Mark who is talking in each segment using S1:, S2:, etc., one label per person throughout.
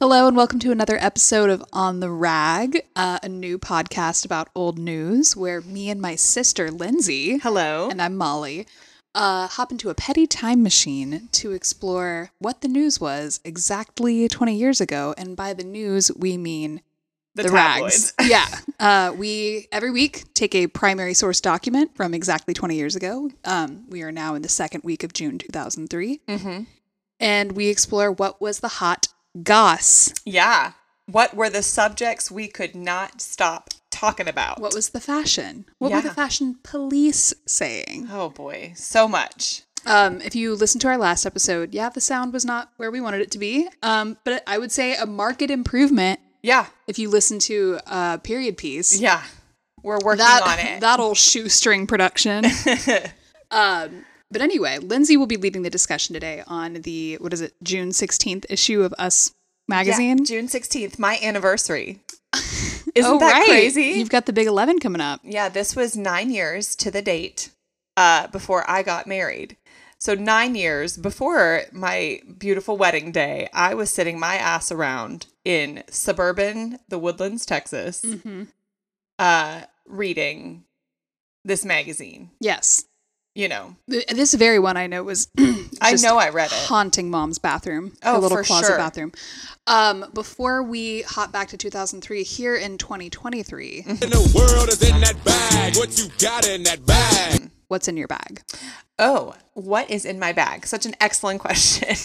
S1: Hello, and welcome to another episode of On the Rag, uh, a new podcast about old news where me and my sister, Lindsay,
S2: Hello.
S1: and I'm Molly, uh, hop into a petty time machine to explore what the news was exactly 20 years ago. And by the news, we mean the,
S2: tabloids.
S1: rags. yeah. Uh, we every week take a primary source document from exactly 20 years ago. Um, we are now in the second week of June 2003,
S2: Mm-hmm.
S1: and we explore what was the hot goss.
S2: Yeah. What were the subjects we could not stop talking about?
S1: What was the fashion? What were the
S2: Yeah.
S1: fashion police saying?
S2: oh boy, so much.
S1: Um, if you listen to our last episode, yeah, the sound was not where we wanted it to be. Um, but I would say a market improvement
S2: Yeah.
S1: if you listen to a period piece.
S2: Yeah. We're working
S1: that
S2: on it.
S1: that old shoestring production. um, but anyway, Lindsay will be leading the discussion today on the what is it June sixteenth issue of Us
S2: Yeah,
S1: magazine.
S2: June 16th, my anniversary. Isn't
S1: Oh,
S2: that
S1: right.
S2: crazy?
S1: You've got the big eleven coming up.
S2: yeah, this was nine years to the date uh, before I got married. So, nine years before my beautiful wedding day, I was sitting my ass around in suburban the Woodlands, Texas,
S1: Mm-hmm.
S2: uh, reading this magazine.
S1: Yes,
S2: You know,
S1: Th- this very one I know was.
S2: I
S1: just
S2: know I read it.
S1: haunting mom's bathroom, her
S2: Oh,
S1: little
S2: for
S1: closet
S2: sure.
S1: bathroom. Um, before we hop back to 2003, here in 2023,
S2: Mm-hmm.
S3: in the world is in that bag. What you got in that bag?
S1: what's in your bag?
S2: Oh, what is in my bag? Such an excellent question.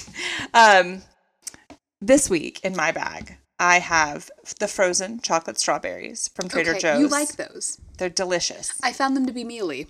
S2: um, this week in my bag, I have the frozen chocolate strawberries from Trader Joe's.
S1: you like those?
S2: They're delicious.
S1: I found them to be mealy.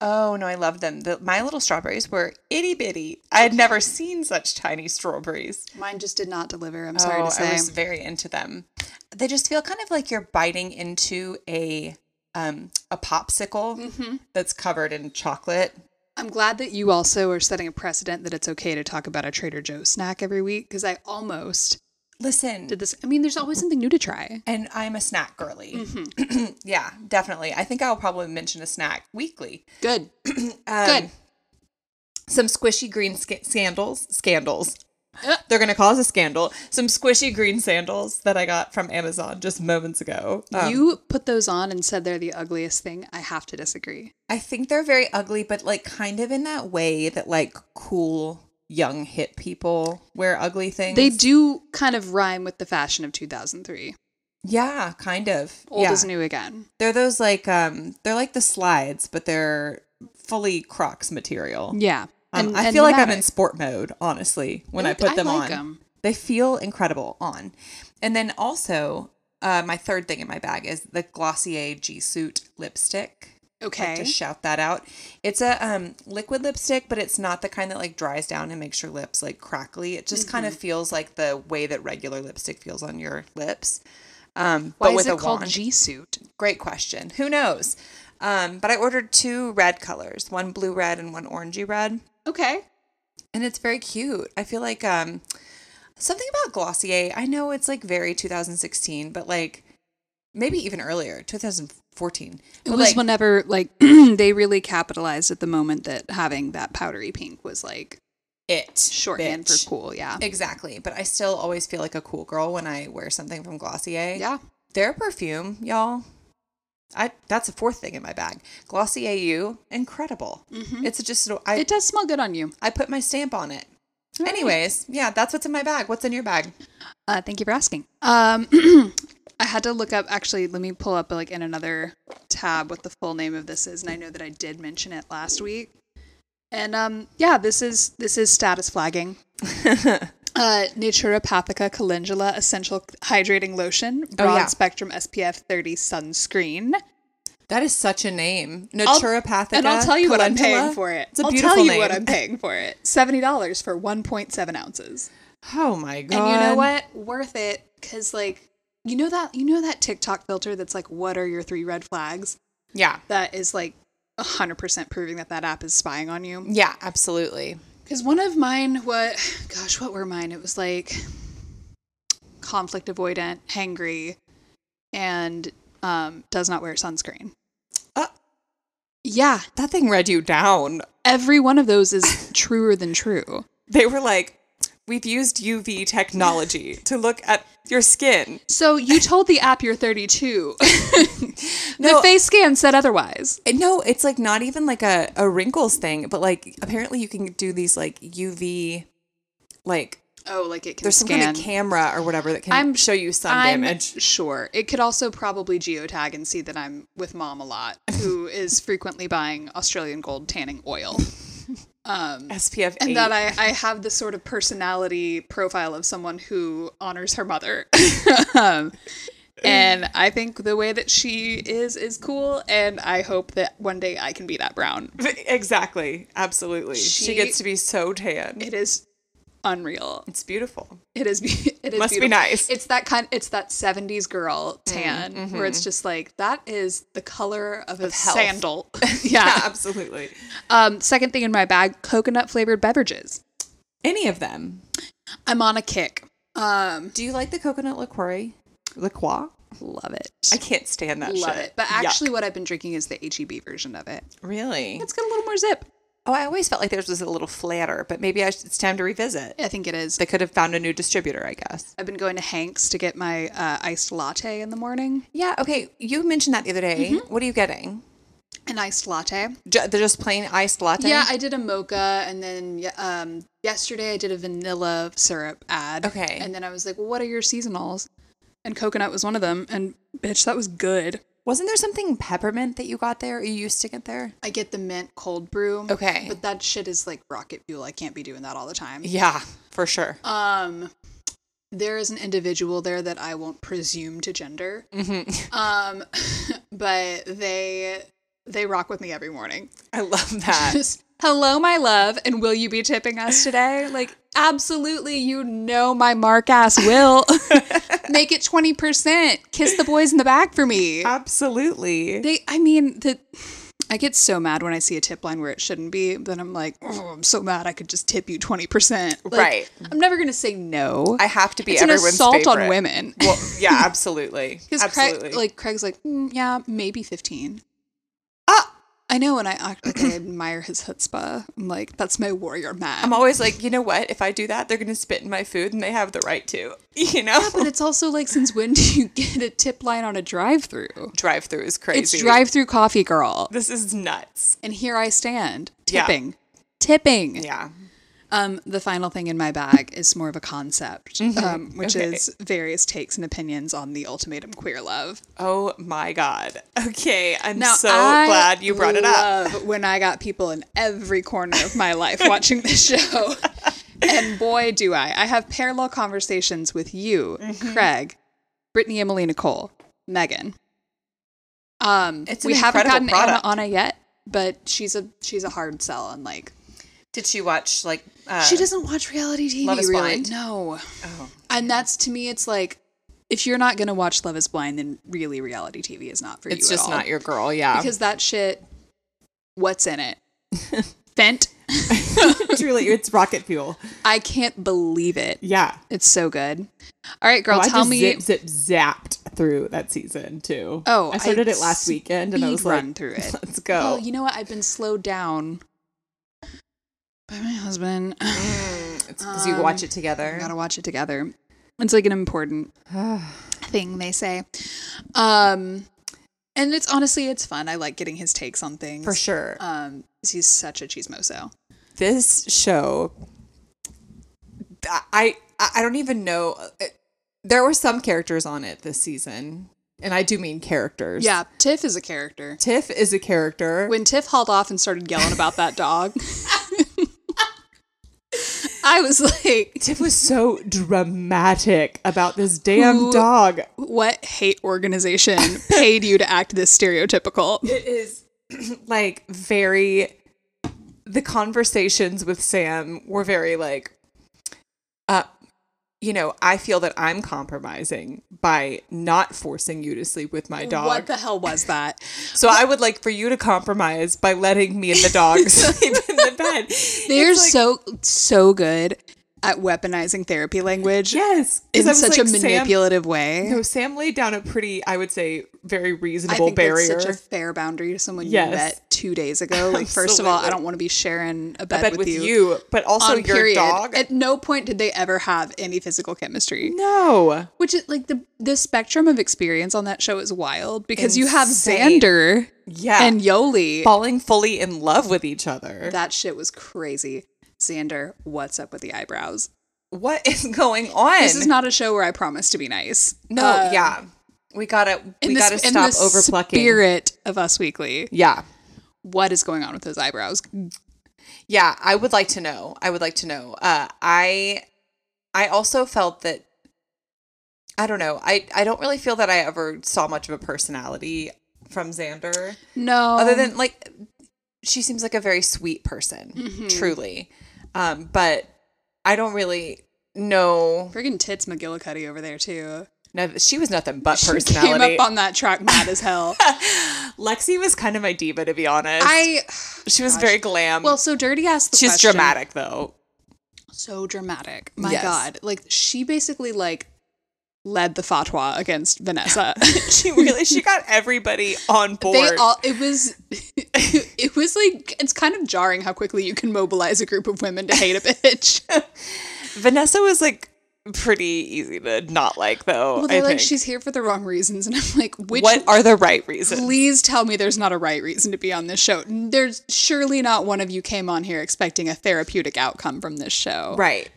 S2: Oh no, I love them. The, my little strawberries were itty bitty. I had never seen such tiny strawberries.
S1: Mine just did not deliver. I'm sorry
S2: oh,
S1: to say.
S2: I was very into them. They just feel kind of like you're biting into a um, a popsicle
S1: Mm-hmm.
S2: that's covered in chocolate.
S1: I'm glad that you also are setting a precedent that it's okay to talk about a Trader Joe's snack every week because I almost
S2: Listen,
S1: did this. I mean, there's always something new to try.
S2: and I'm a snack girly.
S1: Mm-hmm.
S2: yeah, definitely. I think I'll probably mention a snack weekly.
S1: Good.
S2: Um,
S1: Good.
S2: some squishy green sca- sandals. Scandals.
S1: Uh.
S2: They're going to cause a scandal. Some squishy green sandals that I got from Amazon just moments ago. Um,
S1: you put those on and said they're the ugliest thing. I have to disagree.
S2: I think they're very ugly, but like kind of in that way that like cool young hip people wear ugly things.
S1: They do kind of rhyme with the fashion of 2003.
S2: Yeah, kind of.
S1: Old
S2: yeah.
S1: is new again.
S2: They're those like um they're like the slides, but they're fully Crocs material.
S1: Yeah.
S2: Um,
S1: And-
S2: I
S1: and
S2: feel like I'm
S1: pneumatic.
S2: in sport mode, honestly, when
S1: I
S2: I put them
S1: like
S2: on.
S1: 'em.
S2: They feel incredible on. And then also, uh, my third thing in my bag is the Glossier G Suit lipstick.
S1: Okay.
S2: Like to shout that out. It's a um, liquid lipstick, but it's not the kind that like dries down and makes your lips like crackly. It just
S1: Mm-hmm.
S2: kind of feels like the way that regular lipstick feels on your lips. Um,
S1: Why
S2: but
S1: is
S2: with
S1: it
S2: a
S1: called
S2: wand.
S1: G suit?
S2: Great question. Who knows? Um, but I ordered two red colors, one blue red and one orangey red
S1: Okay.
S2: and it's very cute. I feel like um something about Glossier. I know it's like very 2016, but like maybe even earlier, 2014.
S1: It
S2: But,
S1: was
S2: like,
S1: whenever like they really capitalized at the moment that having that powdery pink was like
S2: it
S1: shorthand
S2: bitch.
S1: for cool. Yeah.
S2: Exactly, but I still always feel like a cool girl when I wear something from Glossier.
S1: Yeah.
S2: Their perfume, y'all. I that's the fourth thing in my bag. Glossier U, incredible.
S1: Mm-hmm.
S2: It's just I
S1: It does smell good on you.
S2: I put my stamp on it. Anyways, yeah, that's what's in my bag. What's in your bag?
S1: Uh, thank you for asking. Um, I had to look up. Actually, let me pull up like in another tab what the full name of this is, and I know that I did mention it last week. And um, yeah, this is this is status flagging. uh, Naturopathica calendula essential hydrating lotion,
S2: Oh,
S1: broad spectrum SPF 30 sunscreen.
S2: That is such a name.
S1: I'll-
S2: Naturopathica.
S1: and I'll tell you what I'm
S2: calendula.
S1: paying for it.
S2: It's a
S1: I'll
S2: beautiful
S1: tell you
S2: name.
S1: what I'm paying for it. Seventy dollars for 1.7 ounces.
S2: Oh my god.
S1: And you know what? Worth it because like you know that you know that TikTok filter that's like, what are your three red flags?
S2: Yeah.
S1: That is like hundred percent proving that that app is spying on you.
S2: Yeah, absolutely.
S1: Because one of mine, what, gosh, what were mine? It was like conflict avoidant, hangry, and um, does not wear sunscreen.
S2: Uh.
S1: yeah,
S2: That thing read you down.
S1: every one of those is truer than true.
S2: They were like, We've used UV technology to look at your skin.
S1: So you told the app you're 32.
S2: No.
S1: The face scan said otherwise.
S2: And no, it's like not even like a, a wrinkles thing, but like apparently you can do these like UV, like
S1: Oh, like it can
S2: there's some
S1: scan.
S2: kind of camera or whatever that can
S1: I'm-
S2: show you sun
S1: I'm
S2: damage.
S1: sure. It could also probably geotag and see that I'm with mom a lot, who is frequently buying Australian gold tanning oil. Um,
S2: SPF 8.
S1: and that I, I have the sort of personality profile of someone who honors her mother. um, and I think the way that she is is cool, and I hope that one day I can be that brown.
S2: exactly. Absolutely. She,
S1: She-
S2: gets to be so tan.
S1: It is unreal.
S2: it's beautiful.
S1: It is. be- It is
S2: Must be
S1: beautiful.
S2: nice. Mm, mm-hmm.
S1: It's that kind. It's that '70s girl tan where it's just like that is the color of a
S2: health.
S1: sandal.
S2: Yeah,
S1: yeah.
S2: absolutely.
S1: Um. Second thing in my bag: coconut flavored beverages.
S2: Any of them.
S1: I'm on a kick. Um.
S2: Do you like the coconut liqueur? Liqueur?
S1: Love it.
S2: I can't stand that
S1: love
S2: shit.
S1: it. But
S2: Yuck.
S1: actually, what I've been drinking is the HEB version of it.
S2: really?
S1: It's got a little more zip.
S2: Oh, I always felt like theirs was a little flatter, but maybe I sh- it's time to revisit.
S1: I think it is.
S2: They could have found a new distributor, I guess.
S1: I've been going to Hank's to get my uh, iced latte in the morning.
S2: Yeah. Okay. You mentioned that the other day.
S1: Mm-hmm.
S2: What are you getting?
S1: An iced latte.
S2: Ju- they're just plain iced latte.
S1: Yeah, I did a mocha, and then yeah, um, yesterday I did a vanilla syrup ad.
S2: Okay.
S1: And then I was like, well, what are your seasonals? And coconut was one of them. And bitch, that was good.
S2: Wasn't there something peppermint that you got there? Or you used to get there?
S1: I get the mint cold brew.
S2: Okay.
S1: But that shit is like rocket fuel. I can't be doing that all the time.
S2: Yeah, for sure.
S1: Um, there is an individual there that I won't presume to gender.
S2: Mm-hmm.
S1: Um, but they they rock with me every morning.
S2: I love that.
S1: Just, Hello, my love, and will you be tipping us today? Like, absolutely, you know my mark ass will. Make it 20%. Kiss the boys in the back for me.
S2: Absolutely.
S1: They, I mean, the, I get so mad when I see a tip line where it shouldn't be. Then I'm like, oh, I'm so mad I could just tip you 20%. Like,
S2: Right.
S1: I'm never going to say no.
S2: I have to be
S1: it's an
S2: everyone's
S1: assault on
S2: favorite.
S1: women.
S2: Well, yeah, absolutely.
S1: Because
S2: absolutely.
S1: Craig, like Craig's like, "Mm, yeah, maybe fifteen.
S2: Ah!
S1: I know, and I act like I admire his chutzpah. I'm like, that's my warrior man.
S2: I'm always like, you know what? If I do that, they're going to spit in my food and they have the right to. You know?
S1: but it's also like, since when do you get a tip line on a drive-through?
S2: drive through is crazy.
S1: It's drive-through coffee girl,
S2: This is nuts.
S1: and here I stand
S2: Yeah.
S1: tipping, tipping.
S2: Yeah.
S1: Um, the final thing in my bag is more of a concept, um, which
S2: Mm-hmm. Okay.
S1: is various takes and opinions on the ultimatum queer love.
S2: Oh my God. Okay. I'm
S1: Now,
S2: so
S1: I
S2: glad you brought it up.
S1: love when I got people in every corner of my life watching this show. And boy, do I. I have parallel conversations with you,
S2: Mm-hmm.
S1: Craig, Brittany, Emily, Nicole, Megan. Um,
S2: It's an
S1: we haven't
S2: incredible
S1: gotten Anna
S2: product.
S1: on it yet, but she's a she's a hard sell and like
S2: Did she watch, like, uh,
S1: she doesn't watch reality TV
S2: Love is
S1: really.
S2: Blind? Oh.
S1: No. And that's to me it's like if you're not going to watch Love is Blind then really reality TV is not for you
S2: it's
S1: at
S2: just
S1: all
S2: not your girl. Yeah.
S1: because that shit what's in it fent
S2: truly, it's rocket fuel.
S1: i can't believe it
S2: Yeah.
S1: it's so good all right girl
S4: Well,
S1: tell me
S4: zip zapped through that season too.
S1: Oh,
S4: I started
S1: I
S4: it last weekend and I was
S1: speed
S4: like,
S1: run through it.
S4: Let's go.
S1: oh you know what i've been slowed down by my husband
S2: It's because you watch it together.
S1: We um, gotta watch it together it's like an important thing they say um and it's honestly it's fun i like getting his takes on things
S2: For sure.
S1: um 'cause he's such a chismoso
S2: this show I I I don't even know uh, there were some characters on it this season and I do mean characters.
S1: yeah tiff is a character
S2: Tiff is a character.
S1: when Tiff hauled off and started yelling about that dog, I was like,
S4: Tiff was so dramatic about this damn
S1: Who-
S4: dog.
S1: what hate organization paid you to act this stereotypical?
S2: it is like very the conversations with Sam were very like uh you know, I feel that I'm compromising by not forcing you to sleep with my dog.
S1: What the hell was that?
S2: So I would like for you to compromise by letting me and the dog sleep in the bed.
S1: They're
S2: It's like-
S1: so so good. at weaponizing therapy language
S2: Yes, 'cause
S1: in
S2: I was
S1: such
S2: like,
S1: a
S2: Sam-
S1: manipulative way.
S2: No, Sam laid down a pretty, I would say, very
S1: I
S2: reasonable
S1: think
S2: barrier.
S1: that's such a fair boundary to someone
S2: Yes.
S1: you met two days ago. Like, first of all, I
S2: Absolutely.
S1: don't want to be sharing a bed,
S2: bed, with you, but also
S1: on
S2: your
S1: period.
S2: dog.
S1: At no point did they ever have any physical chemistry.
S2: no,
S1: Which is like the the spectrum of experience on that show is wild because you have
S2: Insane.
S1: Xander
S2: yeah,
S1: and Yoli.
S2: falling fully in love with each other.
S1: That shit was crazy. Xander, what's up with the eyebrows?
S2: what is going on?
S1: This is not a show where I promise to be nice.
S2: no,
S1: Uh,
S2: yeah, we gotta,
S1: in
S2: we
S1: the-
S2: gotta
S1: in
S2: stop
S1: the
S2: over plucking.
S1: Spirit of Us Weekly.
S2: Yeah,
S1: What is going on with those eyebrows?
S2: yeah, I would like to know. I would like to know. Uh, I, I also felt that. I don't know. I I don't really feel that I ever saw much of a personality from Xander.
S1: No.
S2: other than like she seems like a very sweet person
S1: Mm-hmm.
S2: truly um but i don't really know
S1: friggin' tits McGillicuddy over there too.
S2: no, she was nothing but
S1: She
S2: personality
S1: came up on that track mad as hell.
S2: lexi was kind of my diva to be honest
S1: I
S2: she was very glam
S1: well, so dirty ass.
S2: she's dramatic though
S1: So dramatic. My
S2: Yes.
S1: God, like she basically like led the fatwa against Vanessa.
S2: she really she got everybody on board
S1: They all it was it was like it's kind of jarring how quickly you can mobilize a group of women to hate a bitch.
S2: vanessa was like pretty easy to not like though
S1: Well,
S2: I
S1: they're like
S2: think.
S1: she's here for the wrong reasons, and I'm like, which
S2: what are the right reasons
S1: please tell me there's not a right reason to be on this show. There's surely not one of you came on here expecting a therapeutic outcome from this show.
S2: right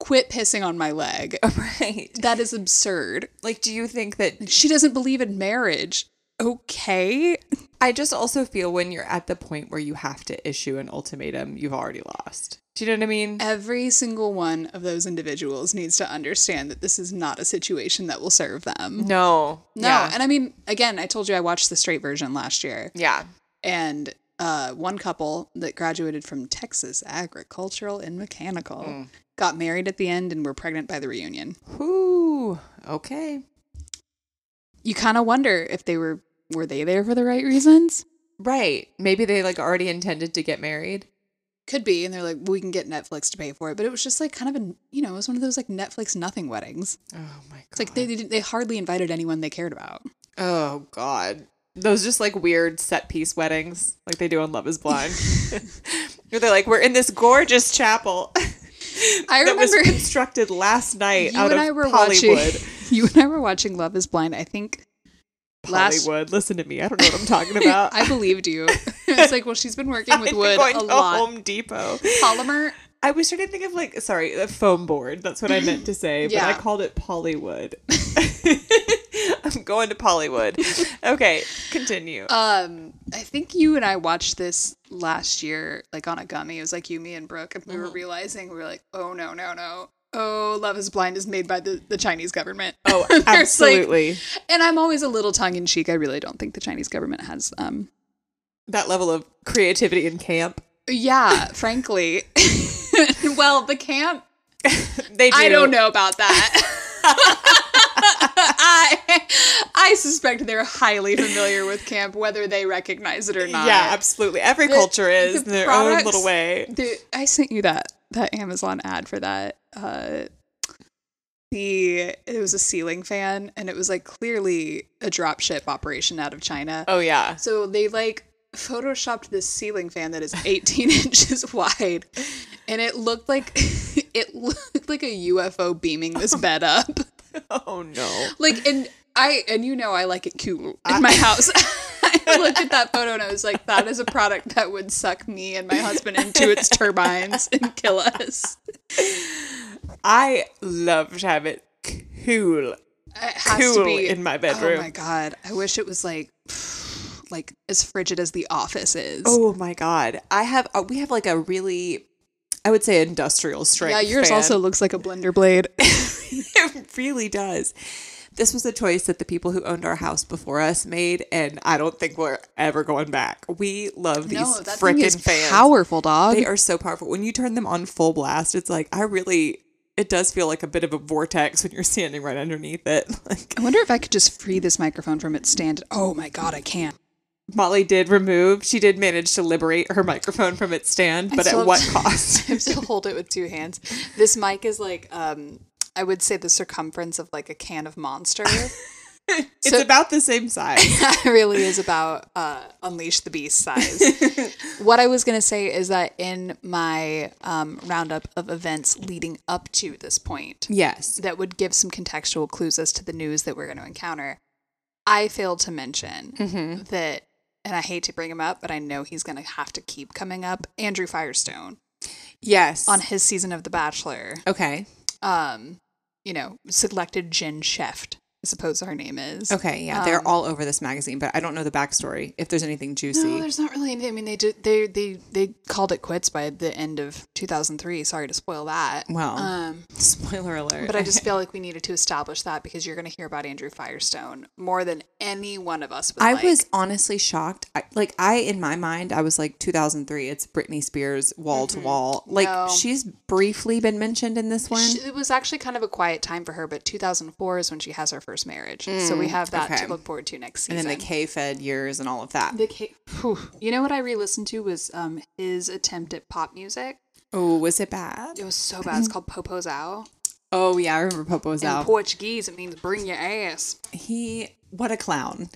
S1: Quit pissing on my leg.
S2: right
S1: That is absurd.
S2: like do you think that
S1: She doesn't believe in marriage. Okay.
S2: I just also feel when you're at the point where you have to issue an ultimatum, you've already lost. Do you know what I mean?
S1: Every single one of those individuals needs to understand that this is not a situation that will serve them.
S2: No.
S1: No,
S2: Yeah.
S1: and I mean, again, I told you I watched the straight version last year,
S2: yeah.
S1: and uh, one couple that graduated from Texas Agricultural and Mechanical
S2: Hmm.
S1: got married at the end and were pregnant by the reunion.
S2: Whoo. Okay.
S1: You kind of wonder if they were were they there for the right reasons?
S2: Right. Maybe they like already intended to get married.
S1: Could be, and they're like, we can get Netflix to pay for it, but it was just like kind of an you know, it was one of those like Netflix nothing weddings.
S2: Oh my god.
S1: It's like they they, didn't- they hardly invited anyone they cared about.
S2: Oh god. Those just like weird set piece weddings like they do on Love is Blind. Where they're like, we're in this gorgeous chapel
S1: I
S2: that was
S1: remember
S2: constructed last night
S1: you
S2: out
S1: and
S2: of
S1: I were
S2: Hollywood.
S1: watching. You and I were watching Love Is Blind. I think last
S2: Hollywood. Listen to me. I don't know what I'm talking about.
S1: I believed you. It's like, well, she's been working with
S2: I've been
S1: wood
S2: going
S1: a
S2: to
S1: lot.
S2: Home Depot.
S1: Polymer.
S2: I was trying to think of like sorry, a foam board. That's what I meant to say,
S1: Yeah.
S2: but I called it Pollywood. I'm going to Pollywood. Okay, continue.
S1: Um, I think you and I watched this last year, like on a gummy. It was like you, me, and Brooke, and we
S2: Mm-hmm.
S1: were realizing we were like, oh no, no, no. Oh, Love Is Blind is made by the, the Chinese government.
S2: oh,
S1: There's, like-
S2: absolutely.
S1: and I'm always a little tongue in cheek. I really don't think the Chinese government has um
S2: that level of creativity in camp.
S1: Yeah, frankly. well, the camp,
S2: They do.
S1: I don't know about that. I I suspect they're highly familiar with camp, whether they recognize it or not.
S2: Yeah, absolutely. Every culture is
S1: the
S2: in their
S1: products-
S2: own little way.
S1: The- I sent you that that Amazon ad for that. Uh, the it was a ceiling fan, and it was like clearly a dropship operation out of China.
S2: Oh yeah.
S1: So they like photoshopped this ceiling fan that is 18 inches wide and it looked like it looked like a UFO beaming this bed up.
S2: Oh no.
S1: Like and I and you know I like it cool in my house. I looked at that photo and I was like that is a product that would suck me and my husband into its turbines and kill us.
S2: I love to have it cool.
S1: It has to
S2: Cool
S1: be
S2: in my bedroom.
S1: Oh my god. I wish it was like like as frigid as the office is.
S2: Oh my god. I have uh, we have like a really I would say industrial strength.
S1: yeah, yours
S2: fan.
S1: also looks like a blender blade.
S2: it really does. This was a choice that the people who owned our house before us made, and I don't think we're ever going back. We love these freaking fans.
S1: powerful, dog.
S2: they are so powerful. When you turn them on full blast, it's like I really. It does feel like a bit of a vortex when you're standing right underneath it. Like
S1: I wonder if I could just free this microphone from its stand. Oh my god, I can.
S2: Molly did remove, she did manage to liberate her microphone from its stand, but
S1: still-
S2: at what cost?
S1: I still hold it with two hands. This mic is like, um, I would say the circumference of like a can of Monster.
S2: it's about the same size.
S1: that really is about uh, unleash the beast size. what I was gonna say is that in my um, roundup of events leading up to this point,
S2: yes.
S1: that would give some contextual clues as to the news that we're going to encounter. I failed to mention that, and I hate to bring him up, but I know he's going to have to keep coming up. Andrew Firestone
S2: Yes.
S1: on his season of The Bachelor,
S2: okay.
S1: um, you know, selected Jen Sheft, I suppose her name is.
S2: Okay. Yeah. they're all over this magazine, but I don't know the backstory if there's anything
S1: No,
S2: juicy.
S1: there's not really. any- I mean, they did. They they they called it quits by the end of 2003. Sorry to spoil that.
S2: Well.
S1: um,
S2: Spoiler alert.
S1: But I just feel like we needed to establish that because you're going to hear about Andrew Firestone more than any one of us would
S2: I
S1: like.
S2: was honestly shocked. I, like I, in my mind, I was like 2003. It's Britney Spears wall to wall. Like
S1: Mm-hmm. No.
S2: she's briefly been mentioned in this one.
S1: She- it was actually kind of a quiet time for her, but 2004 is when she has her first marriage. so we have that
S2: Mm, okay.
S1: to look forward to next
S2: and
S1: season.
S2: then the K Fed years and all of that.
S1: The K- Whew. You know what I re-listened to was um his attempt at pop music.
S2: oh, was it bad?
S1: It was so bad.
S2: Mm-hmm.
S1: It's called Popo's Out.
S2: Oh yeah, I remember Popo's
S1: In
S2: out.
S1: Portuguese, it means bring your ass.
S2: he what a clown.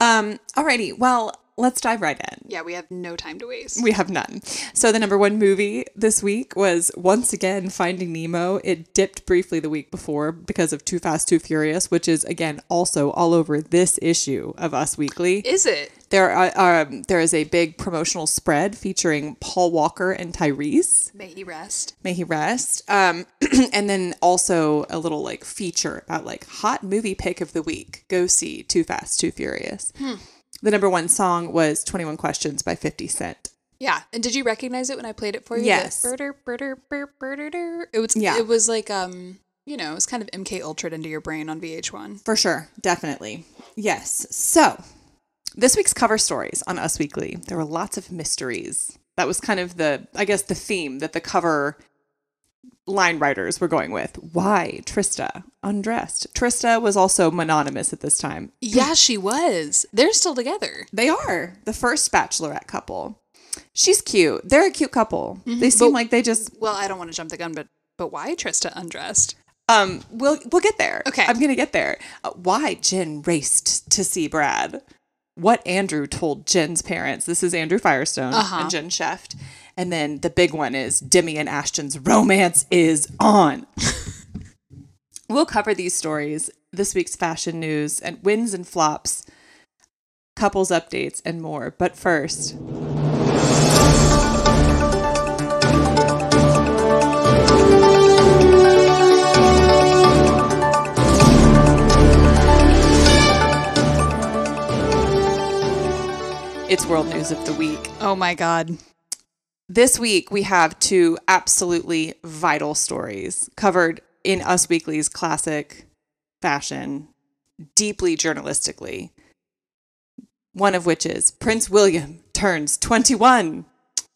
S2: Um. Alrighty. Well, let's dive right in.
S1: Yeah, we have no time to waste.
S2: We have none. So the number one movie this week was once again Finding Nemo. It dipped briefly the week before because of Too Fast, Too Furious, which is again also all over this issue of Us Weekly.
S1: is it?
S2: There are um, there is a big promotional spread featuring Paul Walker and Tyrese.
S1: May he rest.
S2: May he rest. Um, and then also a little like feature about like hot movie pick of the week. Go see Too Fast, Too Furious. The number one song was Twenty One Questions by Fifty Cent.
S1: Yeah. And did you recognize it when I played it for you? The
S2: Yes.
S1: Burder, burder, bur- burder, der. It was.
S2: Yeah.
S1: It was like um. You know, it was kind of MK Ultra into your brain on VH1.
S2: For sure. Definitely. Yes. So this week's cover stories on Us Weekly, there were lots of mysteries. That was kind of the, I guess, the theme that the cover line writers were going with. Why Trista undressed? Trista was also mononymous at this time.
S1: Yeah, she was. They're still together.
S2: They are the first bachelorette couple. She's cute. They're a cute couple. They seem like they just
S1: Well, I don't want to jump the gun, but but why Trista undressed?
S2: um we'll we'll get there.
S1: Okay.
S2: I'm gonna get there. Uh, why Jen raced to see Brad? What Andrew told Jen's parents. This is Andrew Firestone and Jen Sheft. And then the big one is Demi and Ashton's romance is on. we'll cover these stories, this week's fashion news, and wins and flops, couples updates, and more. But first, it's world news of the week.
S1: Oh my god.
S2: This week, we have two absolutely vital stories covered in Us Weekly's classic fashion, deeply journalistically. One of which is Prince William turns 21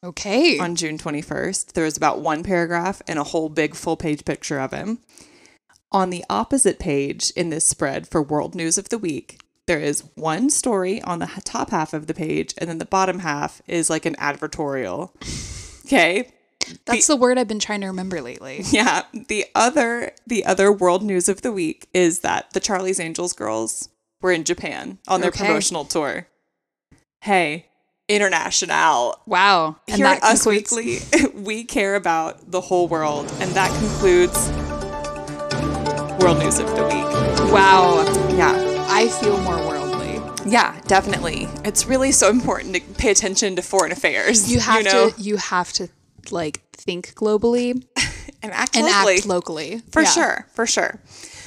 S1: Okay.
S2: on June 21st. There was about one paragraph and a whole big full page picture of him. On the opposite page in this spread for World News of the Week, there is one story on the h- top half of the page, and then the bottom half is like an advertorial. Okay.
S1: That's the word I've been trying to remember lately.
S2: Yeah. The other the other world news of the week is that the Charlie's Angels girls were in Japan on their
S1: Okay.
S2: promotional tour. Hey, international.
S1: Wow. And
S2: Here
S1: that
S2: at Us
S1: concludes-
S2: Weekly, we care about the whole world. And that concludes World News of the Week.
S1: Wow.
S2: Yeah.
S1: I feel more worldly.
S2: Yeah, definitely. It's really so important to pay attention to foreign affairs.
S1: You have
S2: know,
S1: to you have to like think globally
S2: and act
S1: and
S2: locally.
S1: act locally.
S2: For
S1: Yeah.
S2: sure, for sure.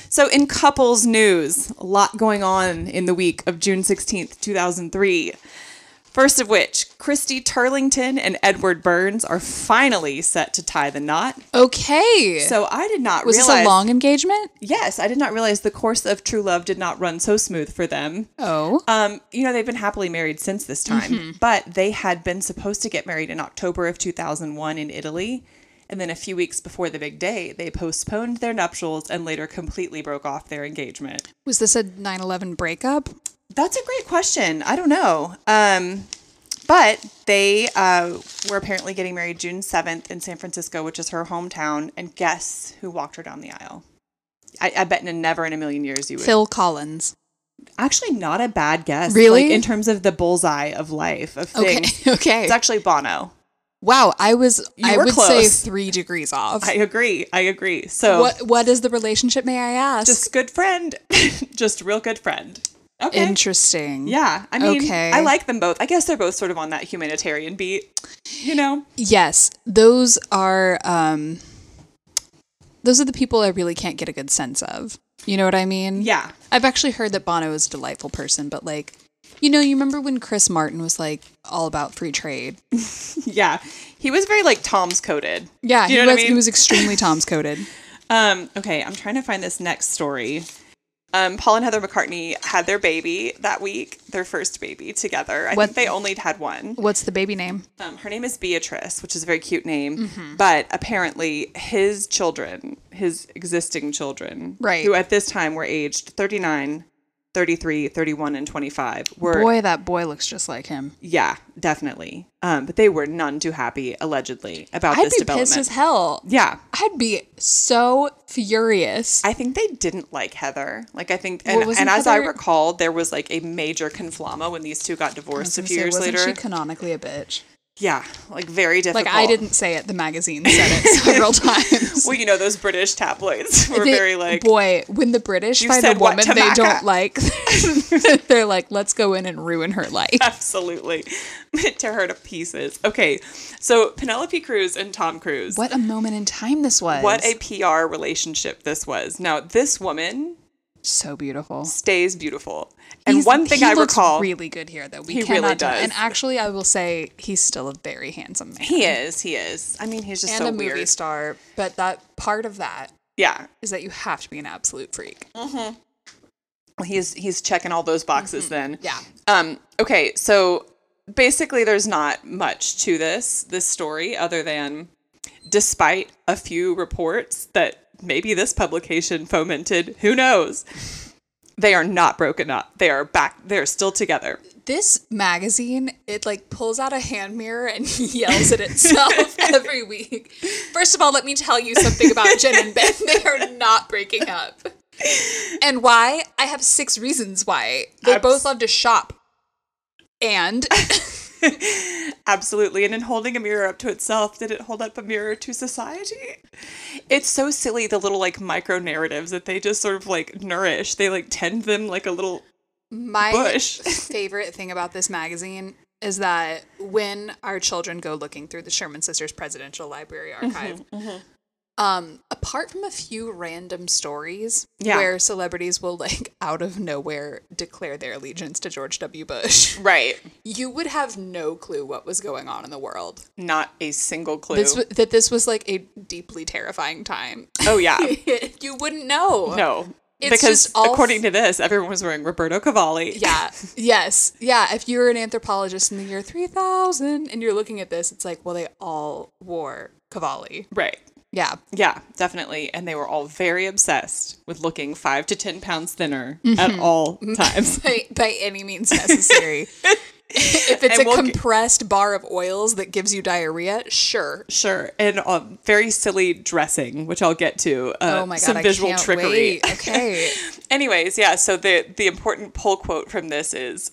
S2: So, in couples news, a lot going on in the week of June 16th, 2003. First of which, Christy Turlington and Edward Burns are finally set to tie the knot.
S1: Okay.
S2: So, I did not
S1: was this
S2: realize.
S1: a long engagement?
S2: yes, I did not realize the course of true love did not run so smooth for them.
S1: Oh.
S2: Um, you know, they've been happily married since this time, but they had been supposed to get married in October of 2001 in Italy. And then a few weeks before the big day, they postponed their nuptials and later completely broke off their engagement.
S1: Was this a 9/11 breakup?
S2: That's a great question. I don't know. Um, but they uh, were apparently getting married June 7th in San Francisco, which is her hometown. And guess who walked her down the aisle? I, I bet in never in a million years you would.
S1: Phil Collins.
S2: Actually, not a bad guess.
S1: Really?
S2: Like, in terms of the bullseye of life, of
S1: Okay.
S2: things.
S1: okay.
S2: It's actually Bono.
S1: wow. I was.
S2: You
S1: I
S2: were
S1: would say
S2: close.
S1: three degrees off.
S2: I agree. I agree. So
S1: what What is the relationship? May I ask?
S2: just good friend. just real good friend. Okay.
S1: Interesting.
S2: yeah. I mean,
S1: Okay.
S2: I like them both. I guess they're both sort of on that humanitarian beat, you know?
S1: Yes, those are um those are the people I really can't get a good sense of. You know what I mean?
S2: Yeah.
S1: I've actually heard that Bono is a delightful person, but like you know, you remember when Chris Martin was like all about free trade?
S2: Yeah. He was very like Tom's coded.
S1: Yeah,
S2: Do you
S1: he
S2: know what I
S1: was he
S2: mean?
S1: was extremely Tom's coded.
S2: Um, okay, I'm trying to find this next story. Um, Paul and Heather McCartney had their baby that week, their first baby together. I
S1: What-
S2: think they only had one.
S1: What's the baby name?
S2: Um, her name is Beatrice, which is a very cute name.
S1: Mm-hmm.
S2: But apparently, his children, his existing children,
S1: Right.
S2: who at this time were aged 39, 33, 31, and 25, were
S1: Boy, that boy looks just like him.
S2: yeah, definitely. Um, but they were none too happy, allegedly, about
S1: I'd
S2: this
S1: be
S2: development.
S1: pissed as hell.
S2: yeah,
S1: I'd be so furious.
S2: I think they didn't like Heather. Like I think, and,
S1: Well, wasn't
S2: and as I
S1: Heather-
S2: recall, there was like a major conflama when these two got
S1: I was
S2: divorced a
S1: gonna
S2: few
S1: say,
S2: years
S1: wasn't
S2: later.
S1: she canonically a bitch?
S2: yeah, like very difficult.
S1: Like I didn't say it, the magazine said it several times.
S2: Well, you know those British tabloids were
S1: They-
S2: very like.
S1: boy when the british
S2: You
S1: find a
S2: said what,
S1: woman they
S2: Tamaka?
S1: don't like they're like let's go in and ruin her life
S2: Absolutely. Tear her to pieces. Okay. So Penelope Cruz and Tom Cruise.
S1: what a moment in time this was
S2: What a PR relationship this was. Now, this woman
S1: so beautiful
S2: stays beautiful. And
S1: He's-
S2: one thing
S1: he
S2: I
S1: looks
S2: recall
S1: really good here though we
S2: He
S1: cannot
S2: really
S1: deny- and
S2: does.
S1: actually i will say he's still a very handsome man
S2: he is, he is. I mean, he's just
S1: and
S2: so
S1: a movie
S2: weird.
S1: star but that part of that
S2: Yeah.
S1: is that you have to be an absolute freak
S2: Well, he's he's checking all those boxes then.
S1: Mm-hmm. yeah
S2: Um, okay, so basically, there's not much to this this story other than, despite a few reports that maybe this publication fomented, who knows? They are not broken up. They are back. They are still together.
S1: this magazine it like pulls out a hand mirror and yells at itself every week first of all let me tell you something about jen and ben they are not breaking up and why i have six reasons why they
S2: Abs-
S1: both love to shop and
S2: Absolutely. And in holding a mirror up to itself, did it hold up a mirror to society? It's so silly the little like micro narratives that they just sort of like nourish. They like tend them like a little
S1: my
S2: Bush.
S1: favorite thing about this magazine is that when our children go looking through the sherman sisters presidential library
S2: Mm-hmm,
S1: archive um apart from a few random stories
S2: Yeah.
S1: where celebrities will like out of nowhere declare their allegiance to George W Bush
S2: right.
S1: you would have no clue what was going on in the world
S2: Not a single clue.
S1: this wa- that this was like a deeply terrifying time
S2: oh yeah.
S1: you wouldn't know
S2: No.
S1: It's
S2: because
S1: just all
S2: according to
S1: f-
S2: this, everyone was wearing Roberto Cavalli.
S1: yeah yes yeah if you're an anthropologist in the year 3000 and you're looking at this it's like well they all wore cavalli
S2: Right.
S1: yeah
S2: Yeah, definitely. And they were all very obsessed with looking five to 10 pounds thinner at
S1: Mm-hmm.
S2: all times.
S1: by, by any means necessary. if it's
S2: And
S1: a
S2: we'll g-
S1: compressed bar of oils that gives you diarrhea, sure.
S2: Sure. And um, very silly dressing, which I'll get to. Uh,
S1: Oh my god,
S2: Some visual
S1: I can't
S2: trickery.
S1: Wait. Okay,
S2: Anyways, yeah, so the, the important pull quote from this is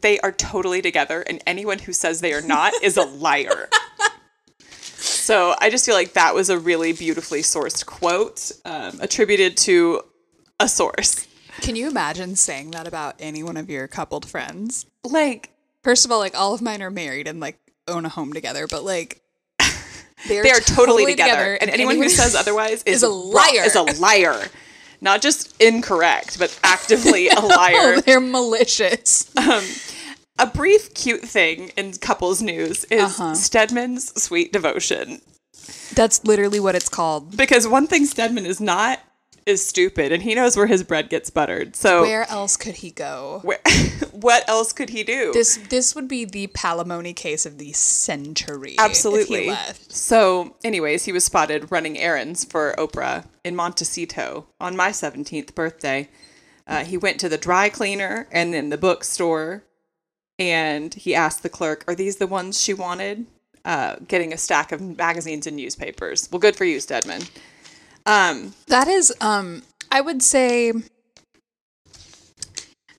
S2: they are totally together, and anyone who says they are not is a liar. so I just feel like that was a really beautifully sourced quote um, attributed to a source.
S1: can you imagine saying that about any one of your coupled friends?
S2: Like,
S1: First of all, like all of mine are married and like own a home together, but like
S2: they are totally, together, and anyone, who says otherwise is,
S1: a
S2: wrong-
S1: liar.
S2: Is a liar. Not just incorrect, but actively a liar.
S1: oh, they're malicious.
S2: a brief cute thing in couples news is Stedman's sweet devotion.
S1: That's literally what it's called.
S2: Because one thing Stedman is not is stupid, and he knows where his bread gets buttered. So
S1: Where else could he go?
S2: where- what else could he do?
S1: This this would be the Palamoni case of the century. if he
S2: Absolutely.
S1: left.
S2: So, anyways, he was spotted running errands for Oprah in Montecito on my 17th birthday. Uh, he went to the dry cleaner and then the bookstore, and he asked the clerk, "Are these the ones she wanted?" Uh, getting a stack of magazines and newspapers. Well, good for you, Stedman. Um,
S1: That is, um, I would say,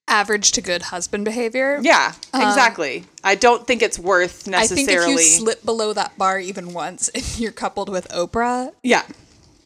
S1: average to good husband behavior.
S2: yeah, exactly. I don't think it's worth
S1: Um, I think if
S2: necessarily.
S1: you slip below that bar even once, if you're coupled with Oprah,
S2: yeah,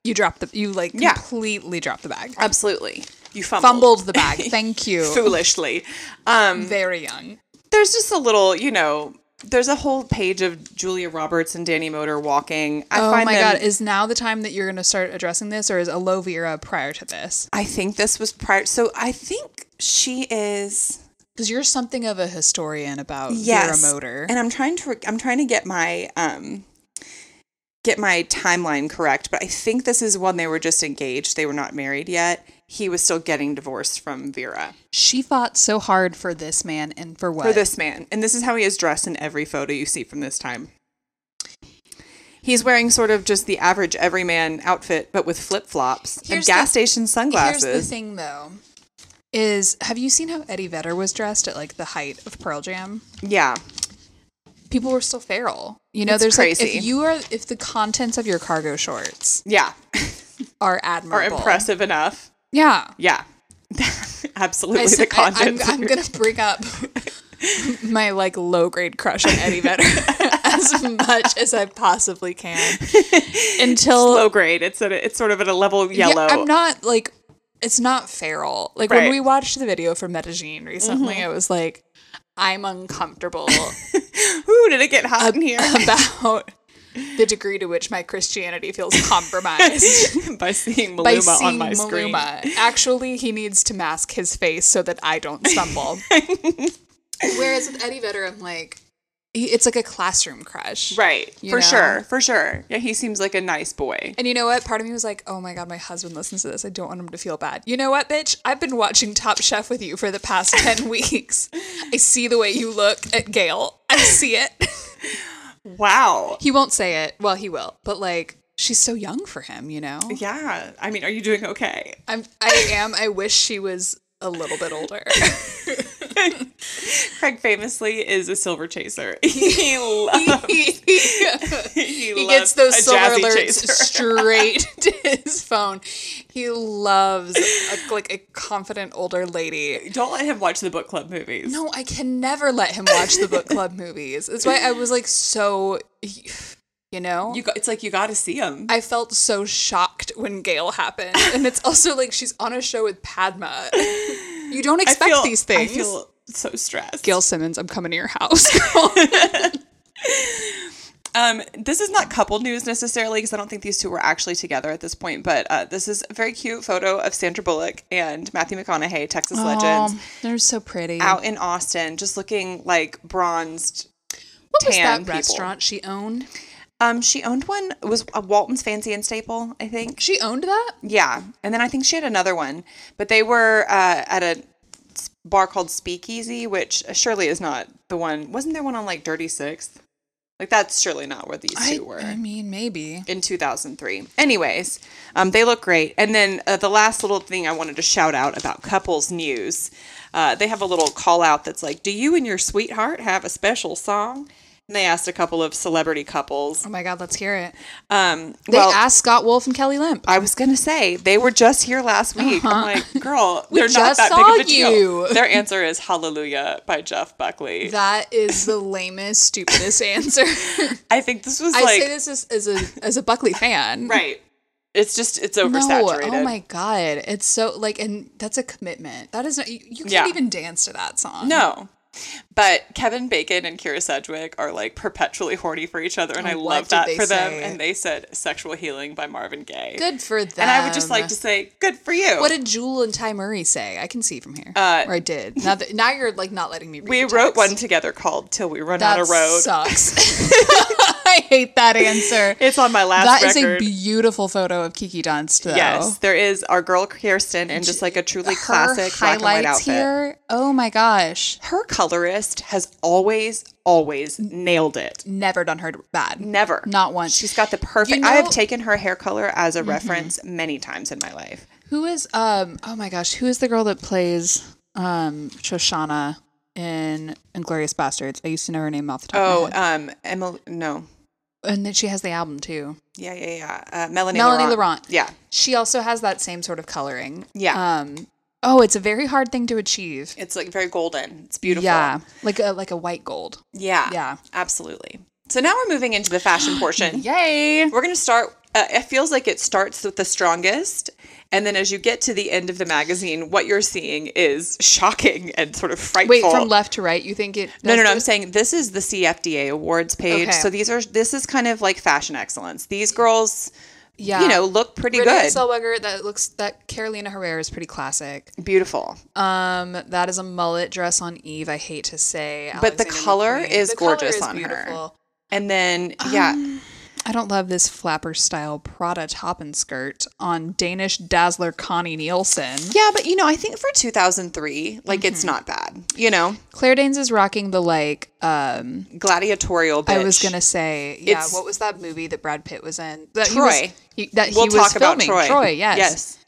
S1: you drop the you like
S2: Yeah.
S1: completely drop the bag.
S2: absolutely. You fumbled,
S1: Fumbled the bag. Thank you.
S2: foolishly. Um,
S1: Very young.
S2: there's just a little, you know, there's a whole page of Julia Roberts and Danny Motor walking. I
S1: Oh
S2: find
S1: my
S2: them,
S1: god! Is now the time that you're going to start addressing this, or is Alovira prior to this?
S2: I think this was prior. So I think she is
S1: Because you're something of a historian about
S2: yes,
S1: Vera Motor.
S2: and I'm trying to I'm trying to get my um get my timeline correct, but I think this is when they were just engaged. They were not married yet. He was still getting divorced from Vera
S1: she fought so hard for this man and for what?
S2: for this man, and this is how he is dressed in every photo you see from this time. He's wearing sort of just the average everyman outfit, but with flip flops and
S1: Here's
S2: gas
S1: the-
S2: station sunglasses.
S1: Here's the thing, though, is have you seen how Eddie Vedder was dressed at like the height of Pearl Jam?
S2: Yeah,
S1: People were still feral. You know,
S2: It's
S1: there's like
S2: crazy.
S1: if you are if the contents of your cargo shorts
S2: yeah,
S1: are
S2: are
S1: admirable,
S2: impressive enough.
S1: Yeah,
S2: Yeah, absolutely.
S1: I,
S2: the
S1: am
S2: contents. of your-
S1: gonna bring up my like low grade crush on Eddie Vedder as much as I possibly can until
S2: low grade. It's at a, it's sort of at a level
S1: Yeah,
S2: yellow.
S1: I'm not like it's not feral. Like
S2: Right. Mm-hmm.
S1: when we watched the video for Medellin recently, it was like I'm uncomfortable
S2: Ooh, did it get hot in here?
S1: about the degree to which my Christianity feels compromised
S2: by seeing Maluma
S1: by seeing
S2: on my screen.
S1: Maluma. Actually, he needs to mask his face so that I don't stumble. Whereas with Eddie Vedder, I'm like, he, it's like a classroom crush,
S2: Right,
S1: You
S2: for
S1: know?
S2: sure, for sure. Yeah, he seems like a nice boy.
S1: And you know what? Part of me was like, oh my God, my husband listens to this. I don't want him to feel bad. You know what, bitch? I've been watching Top Chef with you for the past 10 weeks. I see the way you look at Gail. I see it.
S2: Wow.
S1: he won't say it. Well, he will. But like, she's so young for him, you know?
S2: Yeah. I mean, are you doing okay?
S1: I'm, I am. I wish she was a little bit older.
S2: Craig famously is a silver chaser. he loves.
S1: he
S2: He, loves
S1: gets those
S2: a
S1: silver
S2: jazzy
S1: alerts
S2: chaser.
S1: straight to his phone. He loves a, like a confident older lady.
S2: Don't let him watch the book club movies.
S1: No, I can never let him watch the book club movies. That's why I was like so, you know,
S2: You got, it's like you got to see him.
S1: I felt so shocked when Gail happened, and it's also like she's on a show with Padma. You don't
S2: I
S1: expect
S2: feel-
S1: these things.
S2: I feel so stressed.
S1: Gail Simmons, I'm coming to your house. girl.
S2: Um, this is not couple news necessarily because I don't think these two were actually together at this point, but uh, this is a very cute photo of Sandra Bullock and Matthew McConaughey, Texas Legends,
S1: Aw, they're so pretty.
S2: out in Austin, just looking like bronzed.
S1: what was
S2: tan
S1: that
S2: people.
S1: restaurant she owned?
S2: Um, she owned one it was a Walton's Fancy and Staple, I think.
S1: She owned that.
S2: Yeah, and then I think she had another one, but they were uh, at a s- bar called Speakeasy, which surely is not the one. Wasn't there one on like Dirty Sixth? Like that's surely not where these
S1: I,
S2: two were.
S1: I mean, maybe.
S2: in 2003. Anyways, um, they look great. And then uh, the last little thing I wanted to shout out about couples news, uh, they have a little call out that's like, "Do you and your sweetheart have a special song?" And they asked a couple of celebrity couples.
S1: Oh my God, let's hear it.
S2: Um,
S1: They
S2: well,
S1: asked Scott Wolf and Kelly Limp.
S2: I was gonna say they were just here last week. I'm like, girl, they're
S1: Uh-huh. just
S2: not that big of a
S1: saw
S2: deal.
S1: you.
S2: Their answer is "Hallelujah" by Jeff Buckley.
S1: That is the lamest, stupidest answer.
S2: I think this was
S1: I
S2: like
S1: say this as, as a as a Buckley fan.
S2: right. It's just it's
S1: No,
S2: oversaturated.
S1: oh my god, it's so like, and that's a commitment. That is not you, you can't
S2: Yeah.
S1: even dance to that song.
S2: No. But Kevin Bacon and Kira Sedgwick are like perpetually horny for each other, and I
S1: Oh, what
S2: love
S1: did
S2: that
S1: they
S2: for them.
S1: say?
S2: And they said "Sexual Healing" by Marvin Gaye.
S1: good for them.
S2: And I would just like to say, good for you.
S1: What did Jewel and Ty Murray say? I can see from here,
S2: Uh,
S1: or I did. Now that now you're like not letting me. Read
S2: we
S1: your
S2: wrote
S1: text.
S2: one together called "Till We Run
S1: That
S2: Out of Road."
S1: sucks. I hate that answer.
S2: It's on my last
S1: That is
S2: record.
S1: a beautiful photo of Kiki Dunst, though.
S2: yes, there is our girl Kirsten and just like a truly
S1: Her
S2: classic black and white
S1: highlights
S2: outfit.
S1: here. Oh my gosh,
S2: Her colorist has always, always nailed it.
S1: never done her bad.
S2: Never,
S1: Not once.
S2: She's got the perfect.
S1: You
S2: I have
S1: know- Mm-hmm.
S2: taken her hair color as a reference many times in my life.
S1: Who is um oh my gosh, who is the girl that plays um Shoshana in Inglorious Bastards? I used to know her name off the top of
S2: Oh,
S1: my head.
S2: um, Emily. No.
S1: and then she has the album too.
S2: Yeah, yeah, yeah. Uh, Melanie.
S1: Melanie
S2: Laurent.
S1: Laurent.
S2: Yeah.
S1: She also has that same sort of coloring.
S2: Yeah.
S1: Um oh, it's a very hard thing to achieve.
S2: It's like very golden. It's beautiful.
S1: Yeah. Like a like a white gold.
S2: Yeah.
S1: Yeah.
S2: Absolutely. So now we're moving into the fashion portion.
S1: Yay.
S2: We're going to start. Uh, it feels like it starts with the strongest. And then as you get to the end of the magazine, what you're seeing is shocking and sort of frightful.
S1: Wait, from left to right, you think it
S2: No, no, no. I'm
S1: does
S2: saying this is the CFDA awards page.
S1: Okay.
S2: So these are this is kind of like fashion excellence. These girls,
S1: this? yeah.
S2: you know, look pretty
S1: Renee
S2: good,
S1: Zellweger, that looks that Carolina Herrera is pretty classic.
S2: beautiful.
S1: Um, that is a mullet dress on Eve. I hate to say,
S2: But the
S1: Alexander
S2: color
S1: McQueen.
S2: is
S1: The color
S2: gorgeous
S1: is
S2: on her.
S1: beautiful.
S2: And then yeah,
S1: Um, I don't love this flapper style Prada top and skirt on Danish dazzler Connie Nielsen.
S2: yeah. But you know, I think for 2003, like it's
S1: Mm-hmm.
S2: not bad. You know,
S1: Claire Danes is rocking the like. Um,
S2: gladiatorial. Bitch.
S1: I was gonna say, yeah.
S2: It's-
S1: what was that movie that Brad Pitt was in? That He
S2: Troy.
S1: was, he- that Uh, he
S2: We'll
S1: was
S2: talk about
S1: filming.
S2: Troy.
S1: yes. Um,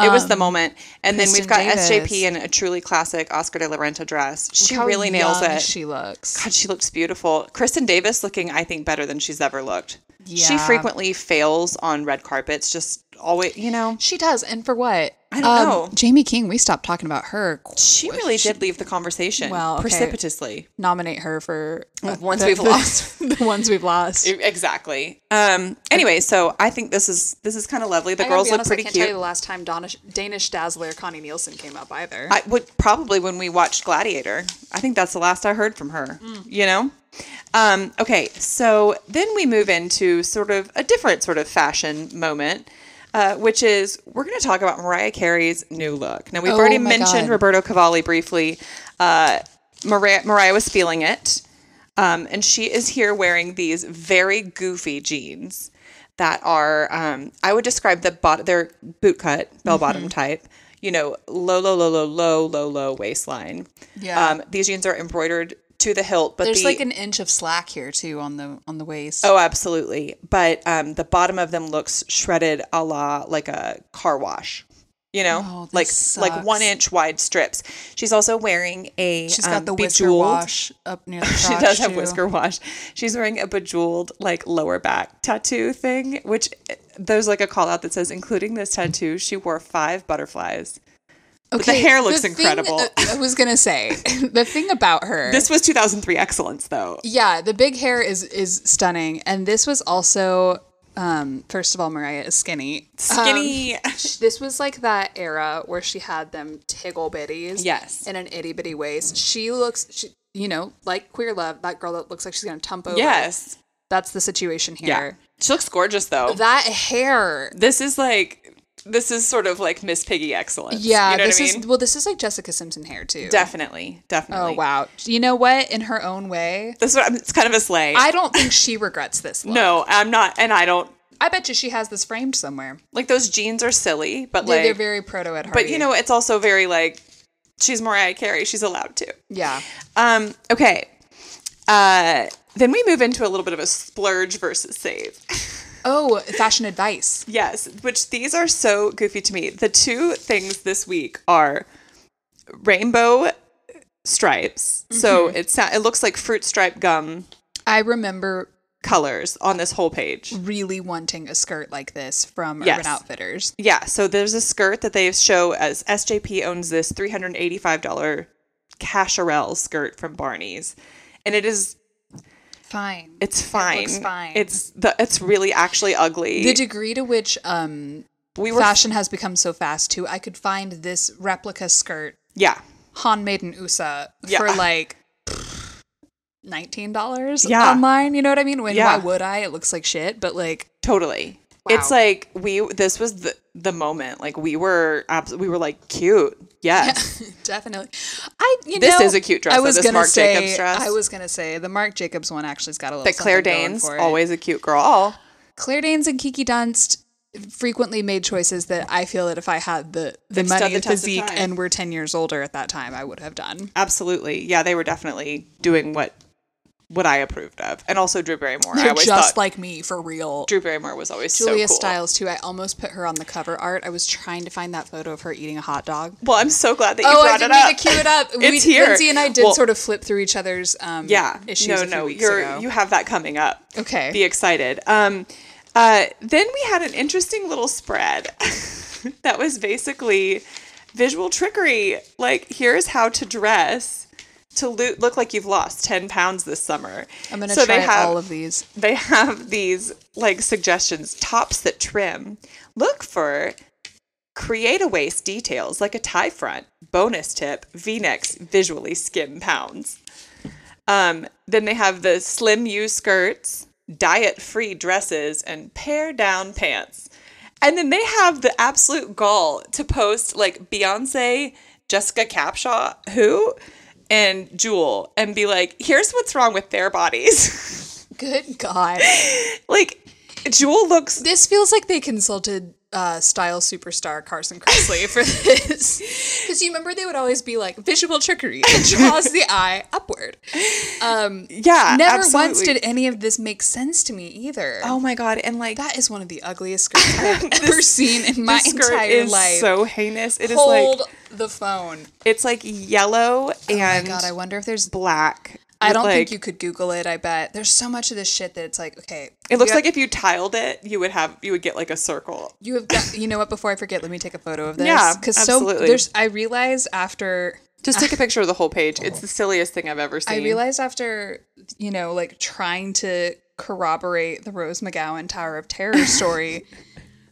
S2: Yes. It was the moment. And then we've
S1: Kristen
S2: got
S1: Davis.
S2: SJP in a truly classic Oscar de la Renta dress. She
S1: How
S2: really nails
S1: young
S2: it.
S1: She looks.
S2: God, she looks beautiful. Kristen Davis looking, I think, better than she's ever looked. She
S1: Yeah.
S2: frequently fails on red carpets, just always, you know.
S1: She does, and for what? Um,
S2: I don't know.
S1: Jamie King. We stopped talking about her.
S2: She really did leave the conversation
S1: Well, okay.
S2: precipitously.
S1: nominate her for uh,
S2: ones we've lost.
S1: the ones we've lost.
S2: Exactly. Um. Anyway, so I think this is this is kind of lovely. The
S1: I gotta
S2: girls
S1: be
S2: look
S1: honest,
S2: pretty
S1: I can't
S2: cute.
S1: Tell you the last time Donish, Danish Dazzler Connie Nielsen came up either.
S2: I would probably when we watched Gladiator. I think that's the last I heard from her.
S1: Mm.
S2: You know. Um, okay, so then we move into sort of a different sort of fashion moment, uh, which is we're going to talk about Mariah Carey's new look. Now we've
S1: Oh
S2: already
S1: my
S2: mentioned
S1: God.
S2: Roberto Cavalli briefly. Uh, Mariah, Mariah was feeling it, um, and she is here wearing these very goofy jeans that are um, I would describe the bot they're boot cut bell
S1: Mm-hmm.
S2: bottom type. You know, low, low, low, low, low, low, low waistline.
S1: Yeah.
S2: Um, these jeans are embroidered to the hilt, but
S1: There's
S2: the,
S1: like an inch of slack here too on the on the waist.
S2: Oh, absolutely. But um, the bottom of them looks shredded, a la like a car wash. You know,
S1: Oh, this
S2: like like
S1: sucks.
S2: one inch wide strips. She's also wearing a.
S1: she's
S2: um,
S1: got the whisker
S2: bejeweled-
S1: wash up near the crotch.
S2: She does have
S1: too.
S2: whisker wash. She's wearing a bejeweled like lower back tattoo thing, which eh, there's like a call out that says, including this tattoo, she wore five butterflies.
S1: Okay,
S2: the hair looks
S1: thing-
S2: incredible.
S1: uh, I was gonna say the thing about her.
S2: This was 2003 excellence, though.
S1: yeah, the big hair is is stunning, and this was also. Um, first of all, Mariah is skinny.
S2: Skinny.
S1: Sh- this was like that era where she had them tiggle bitties.
S2: Yes.
S1: In an itty bitty waist. She looks, she, you know, like queer love, that girl that looks like she's going to tump over.
S2: yes.
S1: That's the situation
S2: Yeah.
S1: here.
S2: She looks gorgeous, though.
S1: That hair.
S2: this is like this is sort of like Miss Piggy excellence.
S1: Yeah.
S2: you know
S1: this
S2: what I mean?
S1: is, well, this is like Jessica Simpson hair too.
S2: definitely,
S1: Oh,
S2: definitely.
S1: wow. You know what? In her own way,
S2: This is what I'm, it's kind of a sleigh.
S1: I don't think she regrets this look.
S2: no, I'm not, and I don't
S1: I bet you she has this framed somewhere.
S2: like those jeans are silly, but
S1: They-
S2: like,
S1: They're very proto at heart.
S2: but you know, it's also very like she's Mariah Carey. She's allowed to.
S1: yeah.
S2: Um, okay. Uh, then we move into a little bit of a splurge versus save.
S1: Oh, fashion advice.
S2: Yes, which these are so goofy to me. The two things this week are rainbow stripes. So it's it looks like fruit stripe gum
S1: I remember
S2: colors on this whole page.
S1: really wanting a skirt like this from
S2: Yes.
S1: Urban Outfitters.
S2: Yeah, so there's a skirt that they show as SJP owns this $385 cacharel skirt from Barney's. And it is
S1: Fine.
S2: it's fine.
S1: looks fine.
S2: It's the it's really actually ugly.
S1: the degree to which um,
S2: we were
S1: fashion has become so fast too. I could find this replica skirt
S2: Yeah.
S1: Han Maiden USA
S2: Yeah.
S1: for like nineteen dollars
S2: Yeah.
S1: online. You know what I mean? When
S2: Yeah.
S1: why would I? It looks like shit, but like
S2: Totally. It's
S1: Wow.
S2: like we this was the the moment. Like we were abs- we were like cute. Yes.
S1: definitely. I you
S2: This
S1: know,
S2: is a cute dress,
S1: I
S2: though,
S1: was
S2: this
S1: gonna
S2: Marc
S1: say,
S2: Jacobs dress.
S1: I was gonna say the Marc Jacobs one actually's got a little.
S2: That Claire
S1: something going
S2: Danes
S1: for it.
S2: always a cute girl.
S1: Claire Danes and Kiki Dunst frequently made choices that I feel that if I had the the
S2: They've stood
S1: money,
S2: the
S1: the
S2: test of
S1: physique,
S2: time.
S1: and were ten years older at that time, I would have done.
S2: Absolutely. Yeah, they were definitely doing what what I approved of, and also Drew Barrymore. I
S1: They're
S2: always
S1: just
S2: thought
S1: like me for real.
S2: Drew Barrymore was always
S1: Julia
S2: so cool.
S1: Stiles too. I almost put her on the cover art. I was trying to find that photo of her eating a hot dog.
S2: Well, I'm so glad that you
S1: Oh, I
S2: brought
S1: didn't
S2: it up.
S1: mean to cue it up.
S2: It's
S1: we,
S2: here.
S1: Lindsay and I did
S2: Well-
S1: sort of flip through each other's um,
S2: yeah,
S1: issues.
S2: no,
S1: a few
S2: no,
S1: weeks
S2: you're
S1: ago.
S2: you have that coming up.
S1: okay.
S2: Be excited. Um, uh, then we had an interesting little spread that was basically visual trickery. Like, here's how to dress to lo- look like you've lost ten pounds this summer.
S1: I'm gonna
S2: So
S1: try
S2: they have-
S1: all of these.
S2: they have these like suggestions tops that trim look for create a waist details like a tie front bonus tip v-necks visually skim pounds um, then they have the slim u skirts diet free dresses and pare down pants and then they have the absolute gall to post like beyonce jessica capshaw who and jewel and be like here's what's wrong with their bodies
S1: Good God.
S2: like Jewel looks
S1: This feels like they consulted uh, style superstar Carson Kressley for this. Because you remember they would always be like, visual trickery that draws the eye upward. Um,
S2: yeah
S1: never once
S2: absolutely.
S1: did any of this make sense to me either.
S2: oh my god and like
S1: That is one of the ugliest skirts I've ever seen in my
S2: this skirt
S1: entire
S2: is
S1: life.
S2: so heinous it is
S1: Hold
S2: like
S1: the phone.
S2: it's like yellow and
S1: oh my god, I wonder if there's.
S2: black
S1: I
S2: with,
S1: don't
S2: like-
S1: think you could Google it. I bet there's so much of this shit that it's like, okay,
S2: it looks
S1: you
S2: like if you tiled it you would have you would get like a circle
S1: You have got, you know what? Before I forget, let me take a photo of this.
S2: Yeah,
S1: so
S2: absolutely.
S1: there's. I realized after.
S2: just take a picture of the whole page it's the silliest thing i've ever seen
S1: I realized after you know, like trying to corroborate the Rose McGowan Tower of Terror story,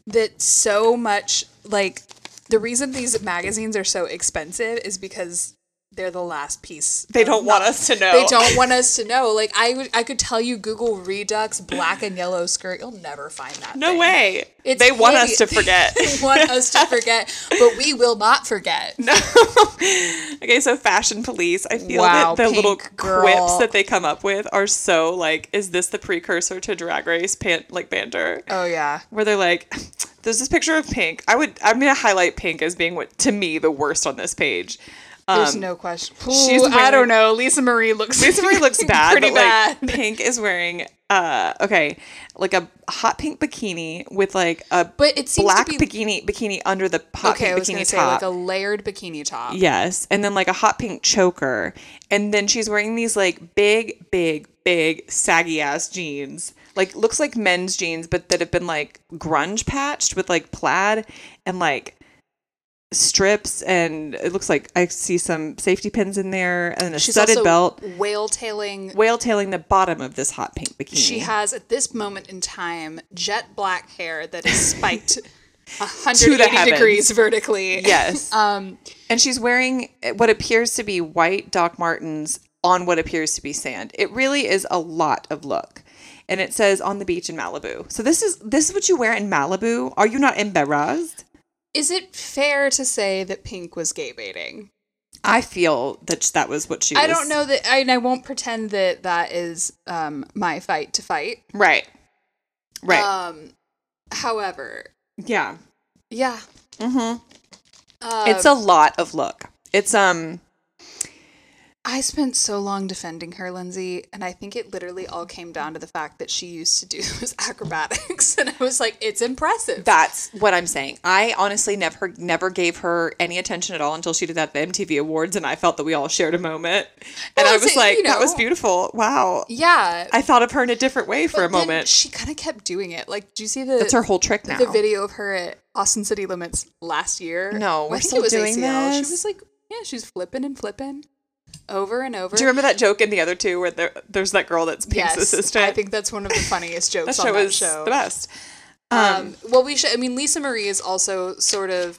S1: that so much like the reason these magazines are so expensive is because they're the last piece.
S2: they
S1: of
S2: don't want us to know
S1: They don't want us to know. Like I, would- I could tell you Google Redux black and yellow skirt. You'll never find that.
S2: no
S1: thing.
S2: way
S1: It's
S2: they want us
S1: hideous.
S2: to forget
S1: They want us to forget, but we will not forget.
S2: Okay, so fashion police. I feel
S1: Wow,
S2: that the little
S1: pink girl.
S2: quips that they come up with are so like, is this the precursor to drag race pan- like banter?
S1: Oh yeah.
S2: Where they're like, there's this picture of pink. I would I'm gonna highlight pink as being what to me the worst on this page. Um,
S1: There's no question.
S2: she's
S1: Ooh, I
S2: wearing-
S1: don't know. Lisa Marie looks
S2: Lisa Marie looks bad,
S1: Pretty
S2: but like
S1: bad.
S2: pink is wearing uh okay, like a hot pink bikini with like a
S1: But it seems to
S2: black
S1: be-
S2: bikini bikini under the hot
S1: okay. I
S2: pink
S1: was
S2: bikini
S1: gonna
S2: top.
S1: say like a layered bikini top.
S2: Yes. And then like a hot pink choker. And then she's wearing these like big, big, big saggy ass jeans. Like looks like men's jeans, but that have been like grunge patched with like plaid and like strips and it looks like I see some safety pins in there and a
S1: She's
S2: studded
S1: also
S2: belt.
S1: whale tailing.
S2: Whale tailing the bottom of this hot pink bikini.
S1: She has at this moment in time jet black hair that is spiked
S2: the
S1: 180
S2: heavens.
S1: degrees vertically.
S2: Yes.
S1: Um,
S2: and she's wearing what appears to be white Doc Martens on what appears to be sand. It really is a lot of look. And it says on the beach in Malibu. So this is this is what you wear in Malibu. Are you not embarrassed?
S1: is it fair to say that Pink was gay baiting?
S2: I feel that that was what she was.
S1: I don't know that, I, and I won't pretend that that is um, my fight to fight.
S2: Right. Right.
S1: Um, however,
S2: yeah.
S1: yeah, uh,
S2: it's a lot of look. It's um
S1: I spent so long defending her, Lindsay, and I think it literally all came down to the fact that she used to do those acrobatics, and I was like, it's impressive.
S2: that's what I'm saying. I honestly never never gave her any attention at all until she did that at the MTV Awards and I felt that we all shared a moment. And
S1: Well,
S2: I
S1: it's-
S2: was like,
S1: you
S2: that was
S1: know-
S2: beautiful. Wow.
S1: yeah,
S2: I thought of her in a different way for a
S1: But then
S2: moment.
S1: she kind of kept doing it. Like, do you see the
S2: That's her whole trick now.
S1: the video of her at Austin City Limits last year?
S2: No, we're
S1: I think
S2: still
S1: it was
S2: doing
S1: ACL.
S2: this?
S1: She was like, yeah, she's flipping and flipping over and over.
S2: Do you remember that joke in the other two where there, there's that girl that's Pink's assistant?
S1: I think that's one of the funniest
S2: that
S1: jokes
S2: show
S1: on that
S2: is
S1: show.
S2: the best.
S1: Um, well, we should. I mean, Lisa Marie is also sort of.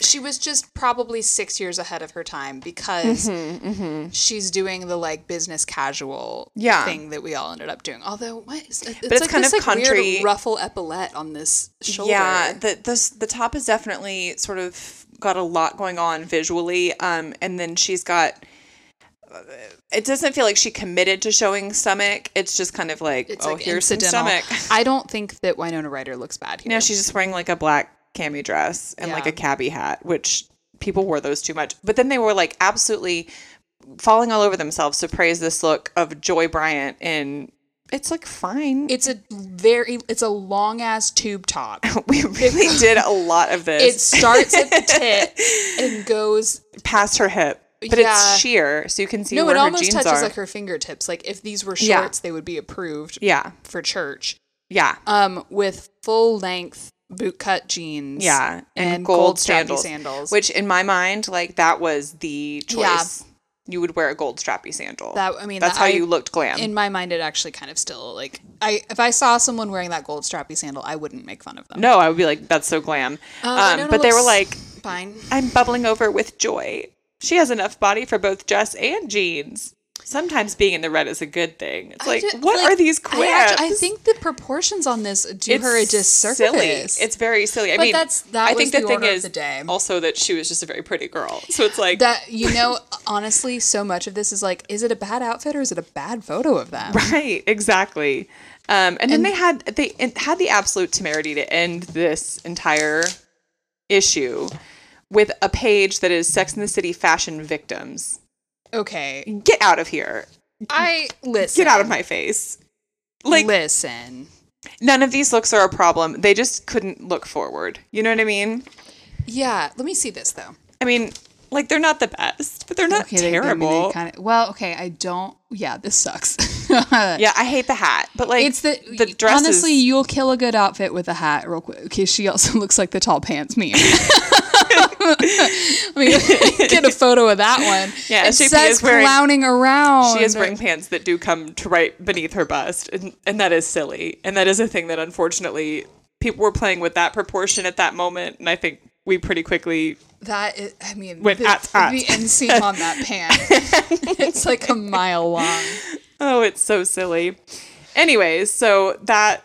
S1: She was just probably six years ahead of her time because
S2: Mm-hmm,
S1: she's doing the like business casual
S2: Yeah.
S1: thing that we all ended up doing. Although, what is it's,
S2: it's
S1: like
S2: kind
S1: this,
S2: of
S1: like,
S2: country-
S1: weird ruffle epaulette on this shoulder.
S2: Yeah, the this the top is definitely sort of got a lot going on visually, um, and then she's got. It doesn't feel like she committed to showing stomach. It's just kind of like,
S1: it's
S2: oh,
S1: like
S2: here's some
S1: incidental.
S2: stomach.
S1: I don't think that Winona Ryder looks bad here.
S2: No, she's just wearing like a black cami dress and like
S1: Yeah.
S2: a cabbie hat, which people wore those too much. But then they were like absolutely falling all over themselves to praise this look of Joy Bryant in it's like fine.
S1: It's a very it's a long ass tube top.
S2: we really did a lot of this.
S1: It starts at the tit and goes
S2: past her hip, but
S1: Yeah.
S2: it's sheer, so you can see
S1: No,
S2: where
S1: it
S2: her
S1: almost
S2: jeans
S1: touches
S2: are.
S1: like her fingertips. Like if these were
S2: Yeah.
S1: shorts, they would be approved
S2: yeah,
S1: for church.
S2: yeah,
S1: Um with full length bootcut jeans.
S2: yeah,
S1: And, gold, strappy sandals.
S2: Which, in my mind, like that was the
S1: Yeah.
S2: choice. You would wear a gold strappy sandal.
S1: that I mean
S2: That's
S1: that
S2: how
S1: I-
S2: you looked glam.
S1: in my mind it actually kind of still like I if I saw someone wearing that gold strappy sandal, I wouldn't make fun of them. Uh,
S2: no, I would be like, that's so glam.
S1: Oh, I
S2: um,
S1: don't
S2: but they were
S1: look
S2: like,
S1: Fine.
S2: I'm bubbling over with joy. She has enough body for both dress and jeans. Sometimes being in the red is a good thing. It's
S1: I
S2: like,
S1: ju-
S2: what
S1: like,
S2: are these
S1: I act-
S2: quips?
S1: I, think the proportions on this do her a disservice.
S2: silly. It's very silly. I
S1: But
S2: mean,
S1: that's- that
S2: I think
S1: was the
S2: the, thing
S1: order of
S2: is
S1: the day.
S2: also that she was just a very pretty girl. So it's like,
S1: that you know, honestly, so much of this is like, is it a bad outfit or is it a bad photo of them?
S2: right, exactly. Um, and, then they had they it had the absolute temerity to end this entire issue with a page that is Sex in the City fashion victims.
S1: Okay,
S2: Get out of here.
S1: I listen.
S2: Get out of my face. Like
S1: listen.
S2: none of these looks are a problem. They just couldn't look forward. You know what I mean?
S1: Yeah, let me see this though.
S2: I mean, like they're not the best, but they're not terrible.
S1: kind of, well, okay, I don't. Yeah, this sucks.
S2: Yeah, I hate the hat, but like
S1: It's the,
S2: the dress.
S1: Honestly,
S2: is-
S1: you'll kill a good outfit with a hat real quick because she also looks like the tall pants meme. I mean, get a photo of that one.
S2: Yeah,
S1: it
S2: SJP
S1: says
S2: is wearing-
S1: clowning around.
S2: she is wearing pants that do come to right beneath her bust, and, and that is silly, and that is a thing that unfortunately people were playing with that proportion at that moment, and I think we pretty quickly
S1: That is, I mean,
S2: With
S1: the,
S2: at- at.
S1: the inseam on that pant. it's like a mile long.
S2: oh, it's so silly. Anyways, so that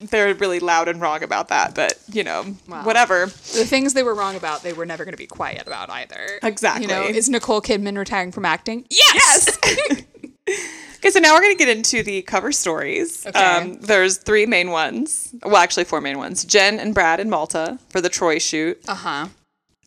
S2: they're really loud and wrong about that, but you know, whatever.
S1: The things they were wrong about, they were never going to be quiet about either.
S2: Exactly.
S1: You know, is Nicole Kidman retiring from acting?
S2: Yes. okay, so now we're going to get into the cover stories.
S1: Okay.
S2: Um, there's three main ones. Well, actually, four main ones Jen and Brad and Malta for the Troy shoot.
S1: Uh huh.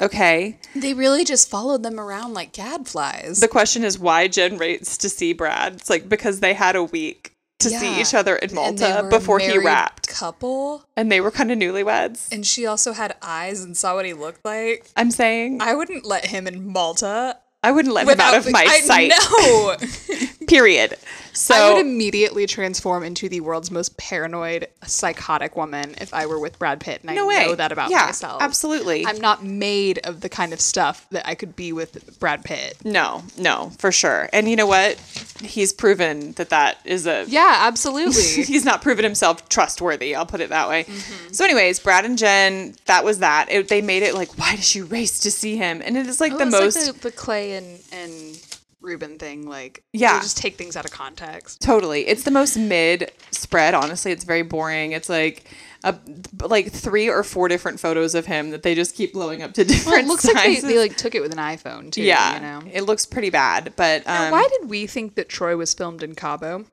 S2: Okay.
S1: They really just followed them around like gadflies.
S2: The question is why Jen rates to see Brad. It's like because they had a week to see
S1: Yeah.
S2: each other in
S1: And they
S2: Malta
S1: were a
S2: before he
S1: married
S2: rapped,
S1: Couple,
S2: and they were kind of newlyweds.
S1: and she also had eyes and saw what he looked like.
S2: I'm saying I,
S1: I wouldn't let him in Malta
S2: wouldn't let him out of my
S1: I,
S2: sight.
S1: No,
S2: Period. So
S1: I would immediately transform into the world's most paranoid, psychotic woman if I were with Brad Pitt, and I
S2: no way.
S1: know that about
S2: yeah,
S1: myself.
S2: Absolutely.
S1: I'm not made of the kind of stuff that I could be with Brad Pitt.
S2: No, no, for sure. And you know what? He's proven that that is a.
S1: Yeah, absolutely.
S2: He's not proven himself trustworthy. I'll put it that way.
S1: Mm-hmm.
S2: So, anyways, Brad and Jen, that was that. It, they made it like, why does she race to see him? And it is like the most.
S1: Oh, the, Clay and and Ruben thing. Like,
S2: Yeah.
S1: they just take things out of context.
S2: Totally. It's the most mid spread, honestly. It's very boring. It's like. A, like three or four different photos of him that they just keep blowing up to different
S1: Well, it looks like they,
S2: sizes.
S1: they like took it with an iPhone too.
S2: yeah,
S1: you know.
S2: it looks pretty bad. But um,
S1: Now, why did we think that Troy was filmed in Cabo?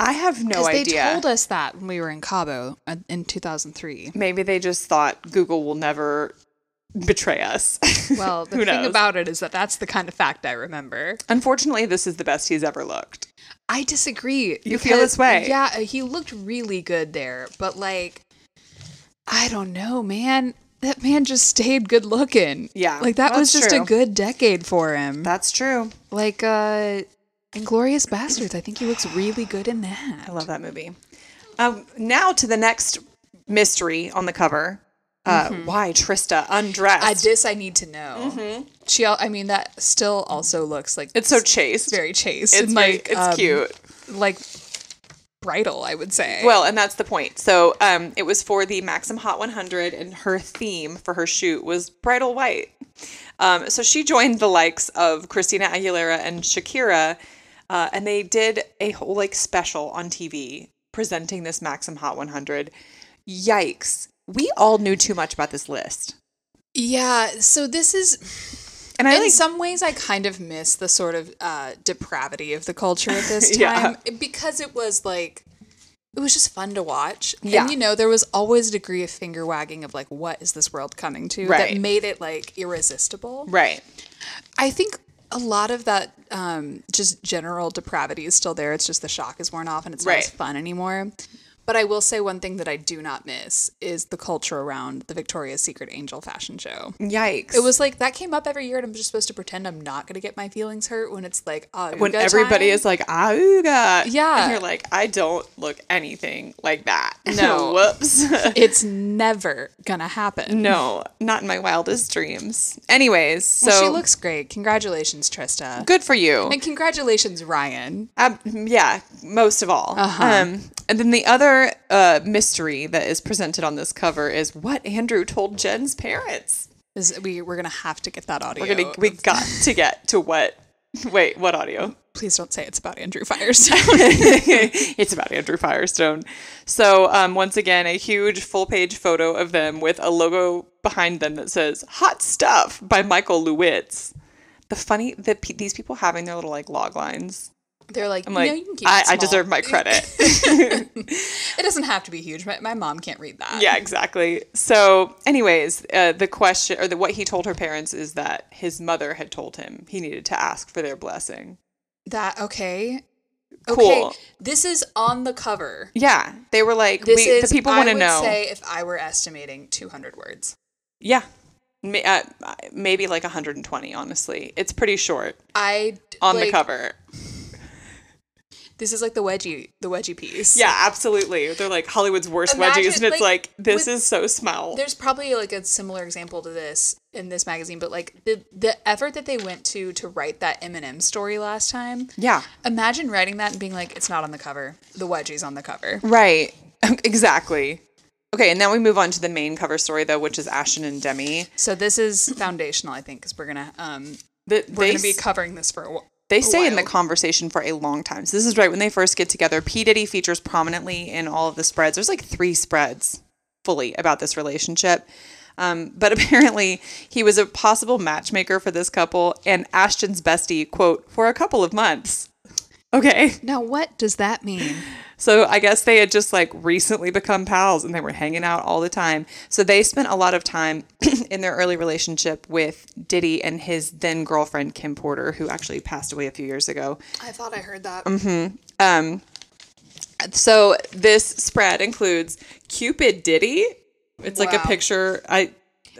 S2: I have no
S1: Because
S2: idea.
S1: they told us that when we were in Cabo uh, in 2003.
S2: maybe they just thought Google will never betray us.
S1: Well, the
S2: Who
S1: thing
S2: knows?
S1: about it is that that's the kind of fact I remember.
S2: Unfortunately, this is the best he's ever looked.
S1: I disagree.
S2: You feel this way?
S1: Yeah, uh, he looked really good there, but like, I don't know, man. That man just stayed good looking.
S2: Yeah,
S1: like that was
S2: that's
S1: just a
S2: true.
S1: good decade for him.
S2: That's true.
S1: like, uh, Inglorious Bastards. I think he looks really good in that.
S2: I love that movie. Um, now to the next mystery on the cover. Uh, Why Trista undressed?
S1: I, this I need to know. She, al- I mean, that still also looks like
S2: Mm-hmm. It's so chaste.
S1: very chaste.
S2: it's
S1: and
S2: very-
S1: like
S2: it's
S1: um,
S2: cute.
S1: like bridal, I would say.
S2: Well, and that's the point. So um, it was for the Maxim Hot 100, and her theme for her shoot was bridal white. Um, so she joined the likes of Christina Aguilera and Shakira, uh, and they did a whole like special on TV presenting this Maxim Hot 100. Yikes! We all knew too much about this list,
S1: yeah. So this is
S2: and I
S1: in
S2: like
S1: some ways I kind of miss the sort of uh, depravity of the culture at this
S2: Yeah.
S1: time because it was like it was just fun to watch.
S2: Yeah.
S1: And you know, there was always a degree of finger wagging of like, what is this world coming to?
S2: Right.
S1: That made it like irresistible.
S2: right.
S1: I think a lot of that um, just general depravity is still there. It's just the shock is worn off and it's not as
S2: Right.
S1: fun anymore. But I will say one thing that I do not miss is the culture around the Victoria's Secret Angel fashion show.
S2: Yikes.
S1: It was like that came up every year, and I'm just supposed to pretend I'm not going to get my feelings hurt when it's like, oh,
S2: when everybody is like, "Auga,"
S1: Yeah.
S2: and you're like, "I don't look anything like that."
S1: No.
S2: whoops.
S1: it's never going to happen.
S2: no, not in my wildest dreams. Anyways, so
S1: Well, she looks great. Congratulations, Trista.
S2: good for you.
S1: And congratulations, Ryan.
S2: Ab- yeah, most of all.
S1: Uh-huh.
S2: Um, and then the other uh, mystery that is presented on this cover is what Andrew told Jen's parents.
S1: Is we we're gonna have to get that audio.
S2: We're gonna we got to get to what. Wait, what audio?
S1: Please don't say it's about Andrew Firestone.
S2: it's about Andrew Firestone. So, um, once again, a huge full page photo of them with a logo behind them that says Hot Stuff by Michael Lewitz. The funny that pe- these people having their little like log lines.
S1: They're like,
S2: I'm like,
S1: no, you can keep
S2: I,
S1: it
S2: I
S1: small.
S2: deserve my credit.
S1: It doesn't have to be huge. My, my mom can't read that.
S2: yeah, exactly. So, anyways, uh, the question or the, what he told her parents is that his mother had told him he needed to ask for their blessing.
S1: That okay.
S2: Cool.
S1: Okay. This is on the cover.
S2: Yeah, they were like,
S1: This
S2: we,
S1: is
S2: the people
S1: I
S2: want to
S1: would
S2: know.
S1: Say if I were estimating 200 words.
S2: Yeah. Ma- uh, maybe like 120, honestly. It's pretty short
S1: I
S2: on the
S1: like,
S2: cover.
S1: This is like the wedgie, the wedgie piece.
S2: Yeah, absolutely. They're like Hollywood's worst
S1: Imagine,
S2: wedgies, and it's
S1: like,
S2: like, this
S1: with-
S2: is so small.
S1: There's probably like a similar example to this in this magazine, but like the the effort that they went to to write that Eminem story last time.
S2: Yeah.
S1: Imagine writing that and being like, it's not on the cover. The wedgie's on the cover.
S2: Right. exactly. Okay, and now we move on to the main cover story, though, which is Ashton and Demi.
S1: So this is foundational, I think, because we're gonna um
S2: The,
S1: we're
S2: they
S1: gonna be
S2: s-
S1: covering this for a while.
S2: They stay in the
S1: wild.
S2: conversation for a long time. So this is right when they first get together. P Diddy features prominently in all of the spreads. There's like three spreads fully about this relationship. Um, but apparently, he was a possible matchmaker for this couple and Ashton's bestie, quote, for a couple of months. Okay.
S1: Now, what does that mean?
S2: So I guess they had just like recently become pals and they were hanging out all the time. So they spent a lot of time in their early relationship with Diddy and his then girlfriend, Kim Porter, who actually passed away a few years ago.
S1: I thought I heard that.
S2: So this spread includes Cupid Diddy. It's like
S1: Wow.
S2: a picture. I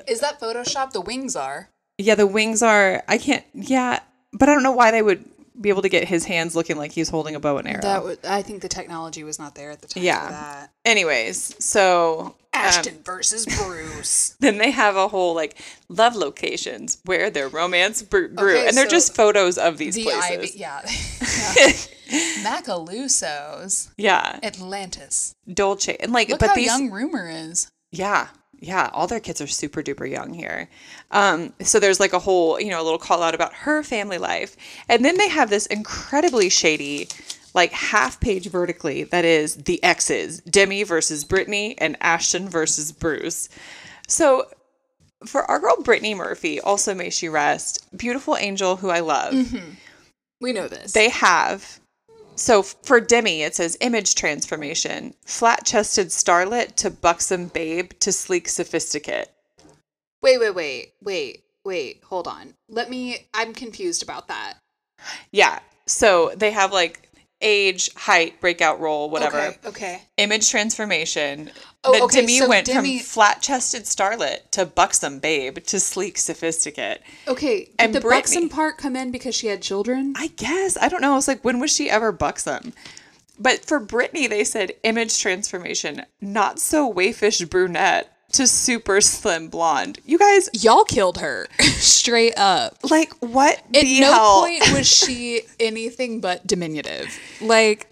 S1: Is that Photoshop? The wings are.
S2: yeah, the wings are. I can't. Yeah, but I don't know why they would be able to get his hands looking like he's holding a bow and arrow.
S1: That was, I think the technology was not there at the time.
S2: Yeah.
S1: For that.
S2: Anyways, so
S1: Ashton versus Bruce.
S2: then they have a whole like love locations where their romance br- grew,
S1: Okay,
S2: and they're
S1: so
S2: just photos of these
S1: The
S2: places.
S1: Ivy. Yeah. yeah. Macalusos.
S2: Yeah,
S1: Atlantis.
S2: Dolce, and like,
S1: Look
S2: but
S1: how
S2: these
S1: young Rumor is.
S2: Yeah. Yeah. All their kids are super duper young here. Um, so there's like a whole, you know, a little call out about her family life. And then they have this incredibly shady, like half page vertically, that is the exes Demi versus Brittany and Ashton versus Bruce. So for our girl Brittany Murphy, also may she rest, beautiful angel who I love
S1: We know this.
S2: they have so f- for demi it says image transformation flat-chested starlet to buxom babe to sleek sophisticate
S1: wait, wait, wait, wait, wait. Hold on. Let me. I'm confused about that.
S2: yeah so they have like age height breakout role whatever
S1: Okay. Okay.
S2: image transformation
S1: Oh,
S2: that
S1: okay,
S2: demi
S1: so
S2: went
S1: Demi-
S2: from flat-chested starlet to buxom babe to sleek sophisticate
S1: Okay. Did
S2: And
S1: the
S2: Brittany.
S1: Buxom part come in because she had children?
S2: I guess. I don't know. I was like, when was she ever buxom? But for Britney, they said image transformation, not so waifish brunette to super slim blonde. You guys,
S1: Y'all killed her. Straight up.
S2: like, what
S1: At
S2: the
S1: no
S2: hell?
S1: point was she anything but diminutive. Like,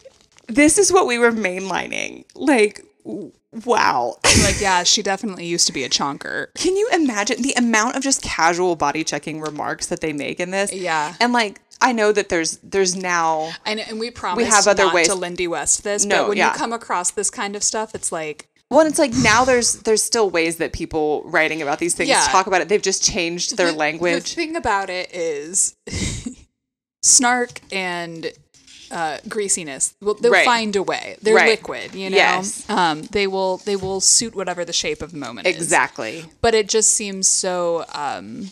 S2: This is what we were mainlining. Like, w- wow.
S1: like yeah, she definitely used to be a chonker.
S2: Can you imagine the amount of just casual body checking remarks that they make in this?
S1: Yeah.
S2: And like, I know that there's there's now
S1: I know, and we promised
S2: have other
S1: not
S2: ways-
S1: to Lindy West this,
S2: No,
S1: but when
S2: yeah.
S1: you come across this kind of stuff, it's like
S2: Well, and it's like now there's there's still ways that people writing about these things
S1: Yeah.
S2: talk about it. They've just changed their
S1: the- The
S2: language.
S1: thing about it is snark and uh, greasiness. Well, they'll
S2: Right.
S1: find a way. They're
S2: Right.
S1: liquid, you know.
S2: Yes.
S1: Um, they will they will suit whatever the shape of the moment is.
S2: exactly.
S1: But it just seems so um,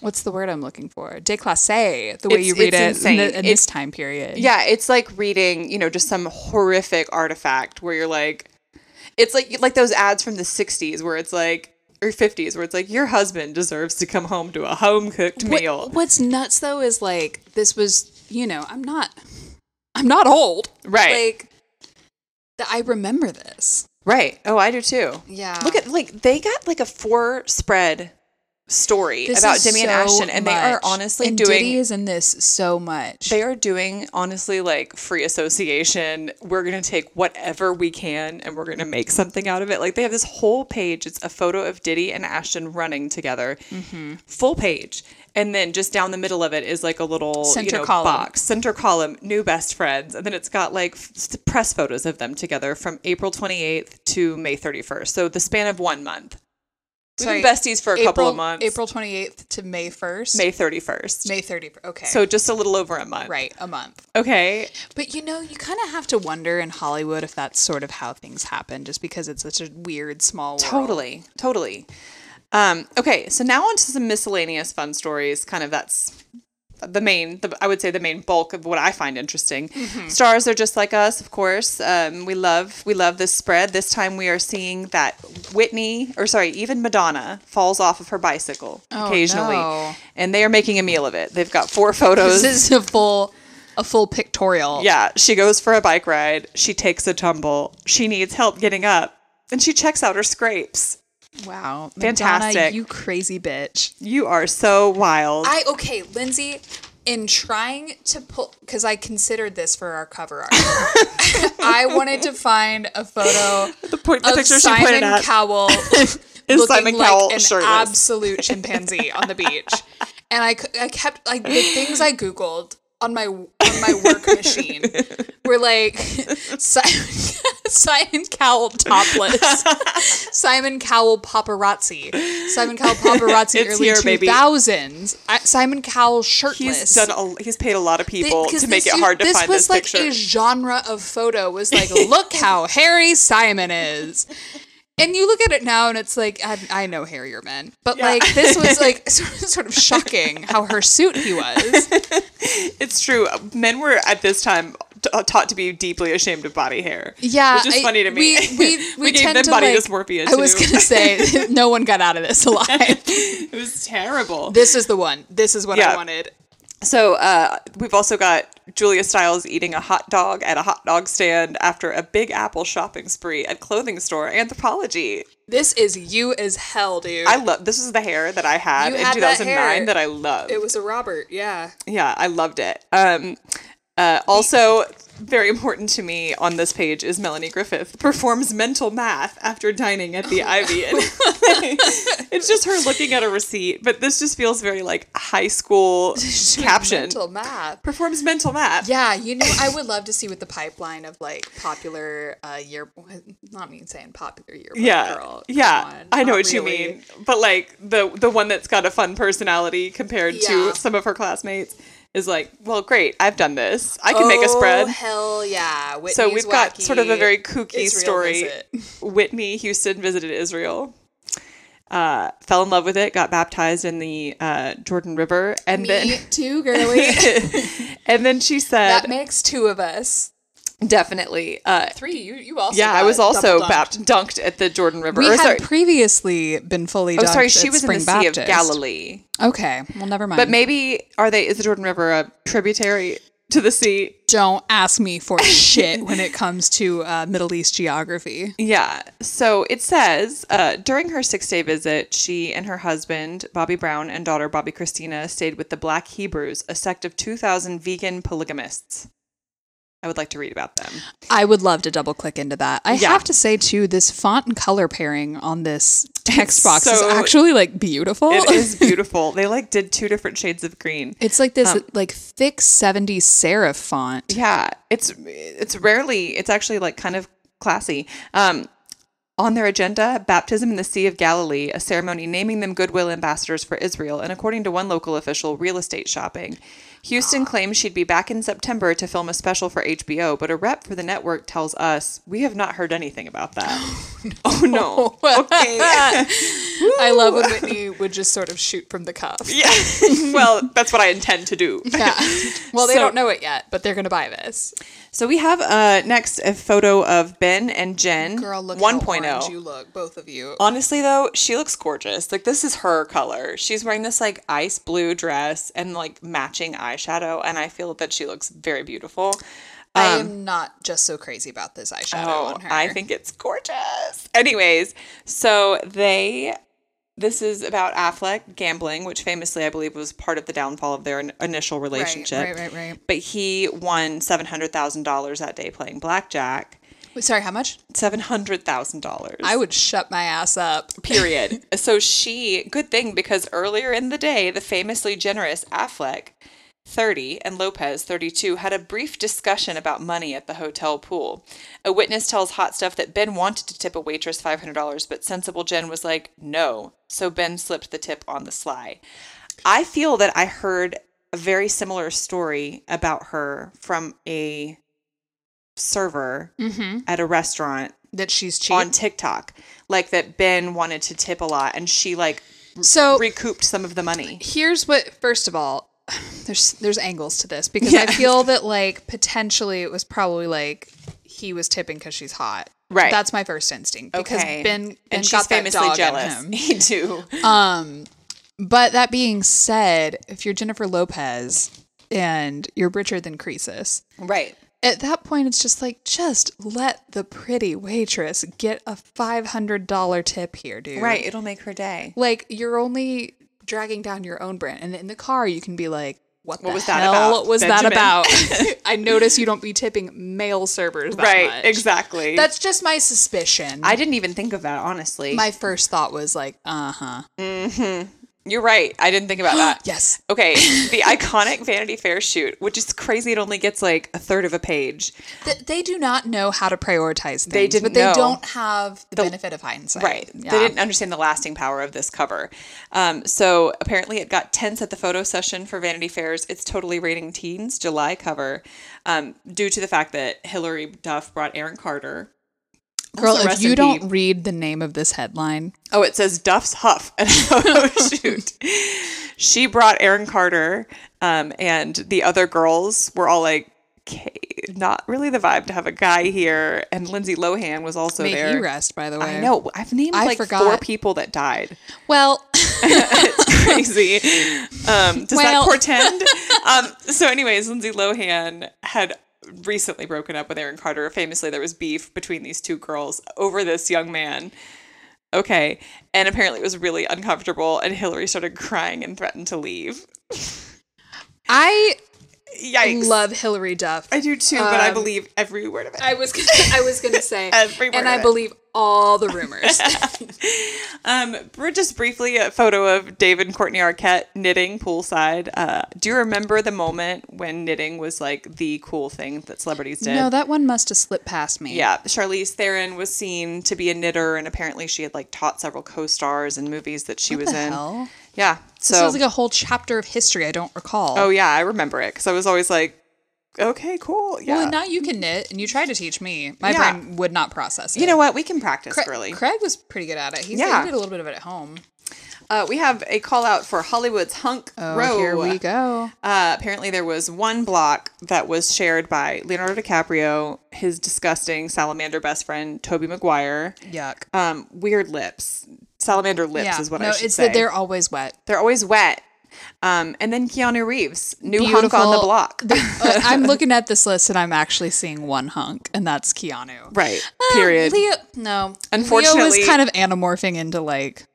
S1: what's the word I'm looking for? Déclassé, the way
S2: It's-
S1: you read
S2: it's
S1: it in
S2: insane.
S1: the- in,
S2: It's-
S1: this time period.
S2: Yeah, it's like reading, you know, just some horrific artifact where you're like, it's like like those ads from the '60s where it's like or '50s where it's like your husband deserves to come home to a home cooked
S1: What-
S2: meal,
S1: what's nuts though is like this was, you know, I'm not, I'm not old,
S2: right?
S1: Like, th- I remember this.
S2: right. Oh, I do too.
S1: Yeah.
S2: Look at like they got like a four spread story
S1: This
S2: about
S1: is
S2: Demi and
S1: so
S2: Ashton, and they are
S1: much.
S2: honestly
S1: and
S2: doing
S1: Diddy is in this so much.
S2: They are doing honestly like free association. We're gonna take whatever we can and we're gonna make something out of it. Like they have this whole page. It's a photo of Diddy and Ashton running together,
S1: Mm-hmm.
S2: full page, and then just down the middle of it is like a little
S1: Center
S2: you know,
S1: column.
S2: box, center column, new best friends, and then it's got like f- press photos of them together from April twenty eighth to May thirty first. So the span of one month. We've
S1: Sorry,
S2: been besties for a couple
S1: April-
S2: of months.
S1: April 28th to May 1st.
S2: May thirty first.
S1: May 30th. Okay.
S2: So just a little over a month.
S1: right, a month.
S2: Okay.
S1: But you know, you kind of have to wonder in Hollywood if that's sort of how things happen, just because it's such a weird small world.
S2: Totally, totally. Um, okay, so now on to some miscellaneous fun stories. Kind of that's the main, the, I would say, the main bulk of what I find interesting.
S1: Mm-hmm.
S2: Stars are just like us, of course. Um, we love, we love this spread. This time we are seeing that Whitney, or sorry, even Madonna falls off of her bicycle occasionally,
S1: Oh, no.
S2: and they are making a meal of it. They've got four photos.
S1: This is a full, a full pictorial.
S2: Yeah, she goes for a bike ride. She takes a tumble. She needs help getting up, and she checks out her scrapes.
S1: Wow. Madonna,
S2: Fantastic.
S1: you crazy bitch.
S2: You are so wild.
S1: I okay, Lindsay, in trying to pull because I considered this for our cover art. I wanted to find a photo
S2: point, the
S1: of
S2: picture she
S1: Simon
S2: pointed at
S1: Cowell
S2: is
S1: looking
S2: Simon
S1: like
S2: Cowell
S1: an
S2: shirtless.
S1: absolute chimpanzee on the beach. And I, c- I kept like the things I googled on my on my work machine were like Simon, Simon Cowell topless, Simon Cowell paparazzi, Simon Cowell paparazzi
S2: It's
S1: early
S2: here,
S1: two
S2: baby.
S1: thousands, Simon Cowell shirtless.
S2: he's done. A, he's paid a lot of
S1: Th-
S2: people
S1: 'cause
S2: to make
S1: this
S2: it
S1: u-
S2: hard to find
S1: was
S2: this
S1: like
S2: picture.
S1: a genre of photo was like, look how hairy Simon is. And you look at it now, and it's like I, I know hairier men, but like this was like sort of shocking how hirsute he was.
S2: it's true. Men were at this time t- uh, taught to be deeply ashamed of body hair.
S1: Yeah,
S2: which is
S1: I-
S2: funny to me.
S1: We we, we,
S2: gave
S1: tend
S2: them
S1: to
S2: body
S1: like,
S2: dysmorphia
S1: I was
S2: too.
S1: gonna say no one got out of this alive.
S2: it was terrible.
S1: this is the one. This is what
S2: Yeah.
S1: I wanted.
S2: So uh, we've also got Julia Stiles eating a hot dog at a hot dog stand after a Big Apple shopping spree at clothing store Anthropology.
S1: This is you as hell, dude.
S2: I love this is the hair that I had
S1: You
S2: in
S1: had that
S2: 2009
S1: hair.
S2: that, I loved.
S1: it was a Robert, yeah.
S2: Yeah, I loved it. Um, uh, also, very important to me on this page is Melanie Griffith performs mental math after dining at
S1: Oh,
S2: the Ivy. And it's just her looking at a receipt, but this just feels very like high school caption.
S1: Mental math.
S2: Performs mental math.
S1: Yeah, you know, I would love to see what the pipeline of like popular uh year not me saying popular yearbook
S2: Yeah,
S1: girl. Come
S2: yeah,
S1: on,
S2: I know
S1: not
S2: what you
S1: really.
S2: mean, but like the the one that's got a fun personality compared
S1: Yeah.
S2: to some of her classmates is like, well, great, I've done this. I can make a
S1: Oh,
S2: spread.
S1: Hell yeah. Whitney's
S2: So we've got
S1: wacky.
S2: sort of a very kooky
S1: Israel
S2: story.
S1: visit.
S2: Whitney Houston visited Israel, uh, fell in love with it, got baptized in the uh, Jordan River, and
S1: Me
S2: then
S1: too, girly.
S2: and then she said,
S1: that makes two of us.
S2: definitely, uh,
S1: Three. You you also
S2: yeah, I
S1: got
S2: was also
S1: double dunked.
S2: bapt- dunked at the Jordan River.
S1: We
S2: Or
S1: had
S2: sorry,
S1: previously been fully.
S2: oh,
S1: dunked
S2: sorry, she
S1: at
S2: was in
S1: Spring
S2: the
S1: Baptist.
S2: Sea
S1: Um,
S2: of Galilee,
S1: Okay, well, never mind.
S2: but maybe are they? Is the Jordan River a tributary to the sea?
S1: don't ask me for shit when it comes to uh, Middle East geography.
S2: Yeah. So it says uh, during her six day visit, she and her husband, Bobby Brown, and daughter, Bobby Christina, stayed with the Black Hebrews, a sect of 2,000 vegan polygamists. I would like to read about them.
S1: I would love to double click into that. I
S2: Yeah.
S1: have to say too, this font and color pairing on this text box is
S2: so-
S1: actually like beautiful.
S2: It is beautiful. they like did two different shades of green.
S1: It's like this like thick 70s serif font.
S2: Yeah, it's it's rarely it's actually like kind of classy. Um, on their agenda, baptism in the Sea of Galilee, a ceremony naming them goodwill ambassadors for Israel, and according to one local official, real estate shopping.
S1: Ah.
S2: Houston claims she'd be back in September to film a special for HBO, but a rep for the network tells us we have not heard anything about that. Oh no. Okay.
S1: I love when Whitney would just sort of shoot from the cuff.
S2: yeah. well, that's what I intend to do.
S1: Yeah. Well, they
S2: So-
S1: don't know it yet, but they're gonna buy this.
S2: So we have uh next a photo of Ben and Jen. oh.
S1: Girl, look how
S2: 1.0.
S1: orange you look, both of you.
S2: Honestly though, she looks gorgeous. Like this is her color. She's wearing this like ice blue dress and like matching eyeshadow and I feel that she looks very beautiful.
S1: I am not just so crazy about this eyeshadow on her.
S2: Oh, I think it's gorgeous. Anyways, so they this is about Affleck gambling, which famously I believe was part of the downfall of their in- initial relationship.
S1: Right, right, right,
S2: But he won seven hundred thousand dollars that day playing blackjack.
S1: right. Sorry, how much?
S2: Seven hundred thousand dollars.
S1: I would shut my ass up.
S2: period. so she good thing because earlier in the day, the famously generous Affleck, thirty, and Lopez, thirty-two, had a brief discussion about money at the hotel pool. A witness tells Hot Stuff that Ben wanted to tip a waitress five hundred dollars, but sensible Jen was like, no. So Ben slipped the tip on the sly. I feel that I heard a very similar story about her from a server at a restaurant
S1: That she's cheap.
S2: on TikTok, like that Ben wanted to tip a lot and she like
S1: so
S2: recouped some of the money.
S1: here's what first of all there's there's angles to this because i
S2: Yeah.
S1: feel that like potentially it was probably like he was tipping because she's hot
S2: Right.
S1: that's my first instinct because
S2: Okay.
S1: ben, ben
S2: And she's
S1: got that
S2: famously
S1: dog in
S2: jealous.
S1: him.
S2: Me too.
S1: um but that being said if you're jennifer lopez and you're richer than croesus
S2: Right.
S1: at that point it's just like just let the pretty waitress get a $500 tip here dude
S2: Right. It'll make her day.
S1: like you're only dragging down your own brand and in the car you can be like what, the
S2: was that
S1: hell
S2: about,
S1: was
S2: Benjamin?"
S1: that about i notice you don't be tipping male servers that
S2: right.
S1: much.
S2: Exactly.
S1: that's just my suspicion
S2: I didn't even think of that, honestly.
S1: my first thought was like uh-huh
S2: You're right. I didn't think about that.
S1: yes
S2: Okay, the iconic Vanity Fair shoot, which is crazy. It only gets like a third of a page.
S1: Th- they do not know how to prioritize things
S2: They didn't
S1: but they
S2: know.
S1: don't have the, benefit of hindsight
S2: Right.
S1: yeah.
S2: They didn't understand the lasting power of this cover. Um, so apparently it got tense at the photo session for Vanity Fair's It's Totally Rating Teens July cover um, due to the fact that Hillary Duff brought Aaron Carter.
S1: girl
S2: Also,
S1: if
S2: rest
S1: you
S2: in
S1: don't
S2: peace.
S1: read the name of this headline
S2: Oh, it says Duff's Huff at a photo shoot. She brought Aaron Carter um, and the other girls were all like, okay, not really the vibe to have a guy here. And Lindsay Lohan was also
S1: may
S2: there.
S1: he rest by the way
S2: I know. I've named
S1: I
S2: like four
S1: forgot.
S2: people that died.
S1: well
S2: it's crazy. Um, does
S1: Well-
S2: that portend? um, so, anyways, Lindsay Lohan had recently broken up with Aaron Carter. Famously, there was beef between these two girls over this young man. Okay, and apparently it was really uncomfortable, and Hillary started crying and threatened to leave.
S1: i
S2: Yikes!
S1: love hillary duff
S2: I do too, but I believe every word of it.
S1: I was gonna, I was gonna say,
S2: Every word
S1: and I
S2: of it.
S1: believe all the rumors.
S2: Um, br- just briefly, a photo of David and Courtney Arquette knitting poolside. Uh, do you remember the moment when knitting was like the cool thing that celebrities did?
S1: no, that one must have slipped past me.
S2: yeah, Charlize Theron was seen to be a knitter, and apparently she had like taught several co-stars in movies that she was
S1: the
S2: in.
S1: hell?
S2: Yeah,
S1: this
S2: so
S1: was like a whole chapter of history I don't recall.
S2: oh yeah, I remember it because I was always like, okay, cool, yeah.
S1: well, and now you can knit, and you tried to teach me. My
S2: Yeah.
S1: brain would not process it.
S2: you know what? We can practice,
S1: Cra-
S2: girly.
S1: Craig was pretty good at it. He's
S2: Yeah.
S1: like, he did a little bit of it at home.
S2: Uh, we have a call out for Hollywood's hunk
S1: Oh,
S2: row.
S1: here we go.
S2: Uh, apparently, there was one block that was shared by Leonardo DiCaprio, his disgusting salamander best friend, Toby Maguire.
S1: Yuck.
S2: Um, weird lips. Salamander lips
S1: yeah.
S2: is what
S1: no,
S2: I should
S1: it's
S2: say.
S1: that they're always wet.
S2: They're always wet. Um, and then Keanu Reeves, new hunk on the
S1: Beautiful-
S2: block.
S1: Uh, I'm looking at this list, and I'm actually seeing one hunk, and that's Keanu.
S2: right.
S1: Uh,
S2: Period.
S1: Leo, no. Leo
S2: Unfortunately-
S1: was kind of anamorphing into like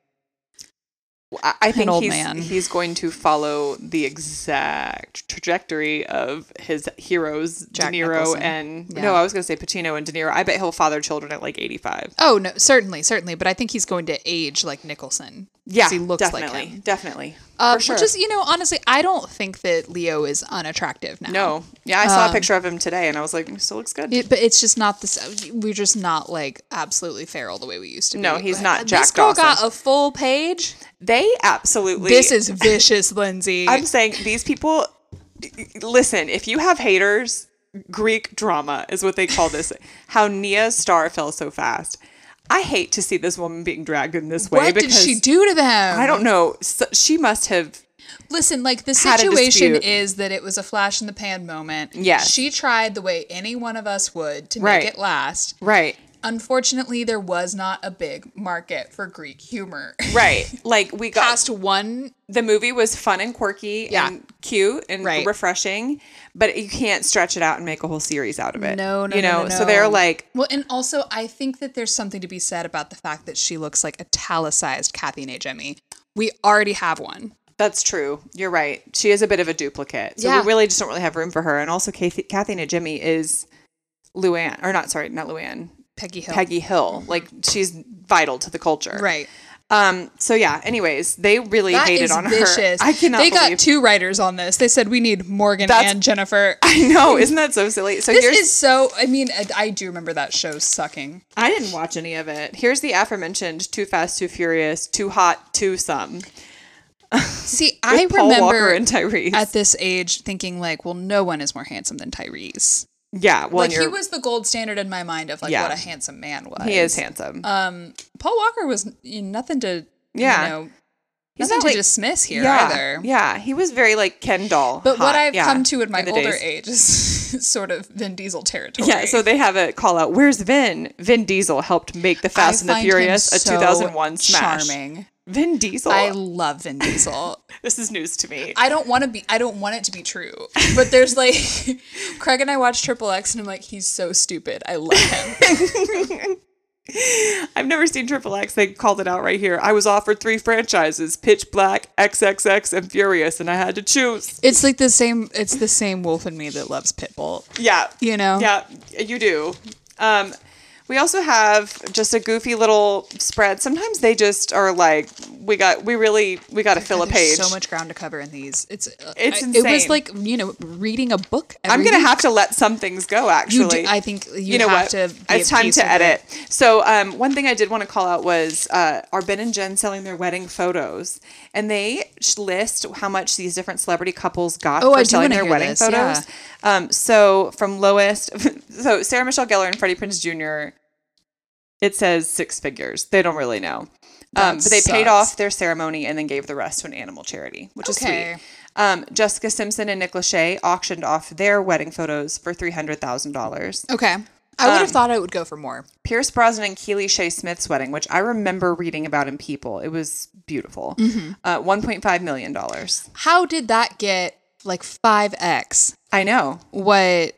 S2: I I think
S1: old
S2: he's,
S1: man.
S2: he's going to follow the exact trajectory of his heroes,
S1: Jack
S2: De Niro
S1: Nicholson.
S2: and
S1: Yeah.
S2: no, I was going to say Pacino and De Niro. I bet he'll father children at like eighty-five.
S1: Oh no, certainly, certainly. But I think he's going to age like Nicholson. 'cause
S2: Yeah,
S1: he looks
S2: definitely,
S1: like him.
S2: definitely.
S1: Um,
S2: For sure.
S1: Which is, you know, honestly, I don't think that Leo is unattractive now.
S2: No. Yeah, I
S1: um,
S2: saw a picture of him today and I was like, he still looks good.
S1: It- but it's just not this. We're just not like absolutely feral the way we used to.
S2: No,
S1: be. uh,
S2: he's not
S1: This
S2: Jack
S1: girl
S2: Dawson.
S1: got a full page.
S2: they absolutely
S1: This is vicious, Lindsay.
S2: I'm saying these people listen, if you have haters, Greek drama is what they call this. How Nia Star fell so fast. I hate to see this woman being dragged in this way
S1: What did
S2: because
S1: she do to them?
S2: I don't know. So she must have.
S1: Listen, like the
S2: Had a
S1: situation
S2: dispute.
S1: is that it was a flash in the pan moment.
S2: Yes.
S1: She tried the way any one of us would to
S2: Right.
S1: make it last.
S2: Right.
S1: Unfortunately, there was not a big market for Greek humor.
S2: Right. Like we got
S1: Past one,
S2: the movie was fun and quirky
S1: Yeah.
S2: and cute and
S1: Right.
S2: refreshing, but you can't stretch it out and make a whole series out of it.
S1: No, no,
S2: You
S1: no,
S2: know,
S1: no,
S2: so
S1: no.
S2: they're like,
S1: well, and also I think that there's something to be said about the fact that she looks like italicized Kathy Najemi. E. We already have one.
S2: that's true. You're right. She is a bit of a duplicate. So
S1: Yeah.
S2: we really just don't really have room for her. And also, Kathy, Kathy and Jimmy is Luann, or not, sorry, not Luann,
S1: Peggy Hill.
S2: Peggy Hill. Like, she's vital to the culture.
S1: Right.
S2: Um. So, yeah, anyways, they really
S1: That
S2: hated
S1: is
S2: on
S1: vicious.
S2: her. I cannot
S1: They
S2: believe
S1: got two writers on this. They said we need Morgan
S2: That's-
S1: and Jennifer.
S2: I know. Isn't that so silly? So
S1: This
S2: here's
S1: is so. I mean, I, I do remember that show sucking.
S2: I didn't watch any of it. Here's the aforementioned Too Fast, Too Furious, Too Hot, Too Some.
S1: See, I
S2: Paul Walker
S1: remember
S2: and Tyrese.
S1: at this age thinking like, well, no one is more handsome than Tyrese.
S2: yeah, well,
S1: Like
S2: and you're-
S1: he was the gold standard in my mind of like
S2: Yeah.
S1: what a handsome man was.
S2: he is handsome.
S1: uh, Paul Walker was you know, nothing to
S2: Yeah.
S1: you know
S2: He's
S1: nothing
S2: not,
S1: to
S2: like-
S1: dismiss here
S2: yeah,
S1: either.
S2: yeah, he was very like Ken doll.
S1: But
S2: hot,
S1: what I've
S2: yeah,
S1: come to in my
S2: the
S1: older
S2: days.
S1: age is sort of Vin Diesel territory.
S2: Yeah, so they have a call out. Where's Vin? Vin Diesel helped make the Fast and the
S1: find him
S2: Furious a
S1: so
S2: 2001 smash.
S1: Charming.
S2: Vin Diesel.
S1: I love Vin Diesel.
S2: this is news to me.
S1: I don't want to be. I don't want it to be true. But there's like, Craig and I watch Triple X, and I'm like, he's so stupid. I love him.
S2: I've never seen Triple X. They called it out right here. I was offered three franchises: Pitch Black, XXX, and Furious, and I had to choose.
S1: it's like the same. It's the same wolf in me that loves Pitbull.
S2: Yeah,
S1: You know.
S2: Yeah, you do. Um, we also have just a goofy little spread. Sometimes they just are like, we got, we really, we got to fill a page.
S1: There's so much ground to cover in these. It's uh,
S2: It's
S1: I- It was
S2: insane.
S1: like you know reading a book. Every
S2: I'm gonna
S1: week.
S2: have to let some things go.
S1: You
S2: Actually,
S1: do, I think you,
S2: you know
S1: have
S2: what?
S1: to. Be
S2: it's
S1: at
S2: time
S1: peace
S2: to
S1: with
S2: edit.
S1: it.
S2: So, um, one thing I did want to call out was uh, are Ben and Jen selling their wedding photos, and they sh- list how much these different celebrity couples got
S1: Oh,
S2: for
S1: I do
S2: selling
S1: wanna
S2: their
S1: hear
S2: wedding
S1: this,
S2: photos.
S1: yeah.
S2: Um, so, from lowest, so Sarah Michelle Gellar and Freddie Prince Jr. It says six figures. They don't really know. Um,
S1: That
S2: but they paid
S1: sucks.
S2: off their ceremony and then gave the rest to an animal charity, which is
S1: Okay.
S2: sweet. Um, Jessica Simpson and Nick Lachey auctioned off their wedding photos for three hundred thousand dollars.
S1: Okay. I
S2: Um,
S1: would have thought I would go for more.
S2: Pierce Brosnan and Keely Shea Smith's wedding, which I remember reading about in People. It was beautiful.
S1: Mm-hmm.
S2: Uh, $1.5 million.
S1: How did that get like five x
S2: I know.
S1: what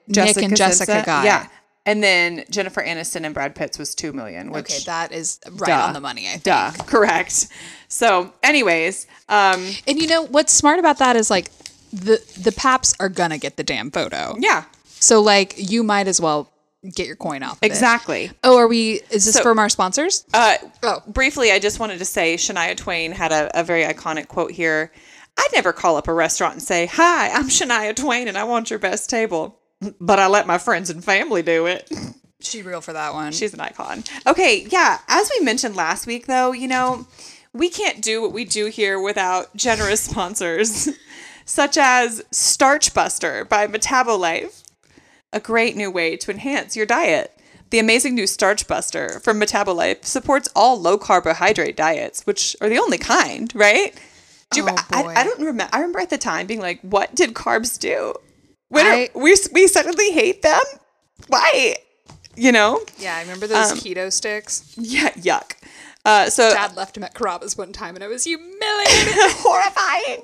S1: Nick and Jessica
S2: Simpson-
S1: got?
S2: Yeah. And then Jennifer Aniston and Brad Pitt's was $2 million, which,
S1: Okay, that is right
S2: Duh.
S1: on the money. I think.
S2: duh, correct. So, anyways, um,
S1: And you know what's smart about that is like the the paps are gonna get the damn photo.
S2: yeah,
S1: So like you might as well get your coin off. of it.
S2: exactly.
S1: Oh, are we? Is this
S2: So-
S1: from our sponsors?
S2: Uh,
S1: Oh.
S2: Briefly, I just wanted to say Shania Twain had a, a very iconic quote here. I never call up a restaurant and say, Hi, I'm Shania Twain and I want your best table. But I let my friends and family do it.
S1: she real for that one.
S2: She's an icon. Okay, yeah. As we mentioned last week, though, you know, we can't do what we do here without generous sponsors, such as Starch Buster by Metabolife, a great new way to enhance your diet. The amazing new Starch Buster from Metabolife supports all low carbohydrate diets, which are the only kind, right? Do you,
S1: Oh,
S2: I,
S1: boy.
S2: I don't remember. I remember at the time being like, "What did carbs do? When are-
S1: I-
S2: we we suddenly hate them? Why? You know?
S1: yeah, I remember those
S2: Um,
S1: keto sticks.
S2: Yeah, yuck. Uh, so
S1: Dad left him at Carrabba's one time, and I was humiliated.
S2: horrifying.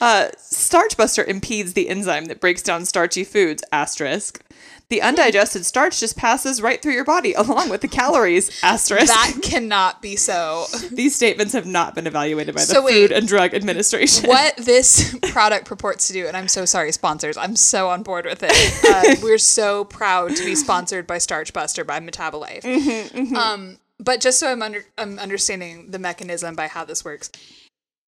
S2: Uh, starch Buster impedes the enzyme that breaks down starchy foods. Asterisk.
S1: Hmm.
S2: The undigested starch just passes right through your body along with the calories. Asterisk.
S1: that cannot be so.
S2: These statements have not been evaluated by the
S1: So
S2: Food
S1: wait.
S2: and Drug Administration.
S1: What this product purports to do, and I'm so sorry, sponsors. I'm so on board with it. Uh, we're so proud to be sponsored by Starch Buster by Metabolife.
S2: Mm-hmm,
S1: Um, but just so I'm under, I'm understanding the mechanism by how this works,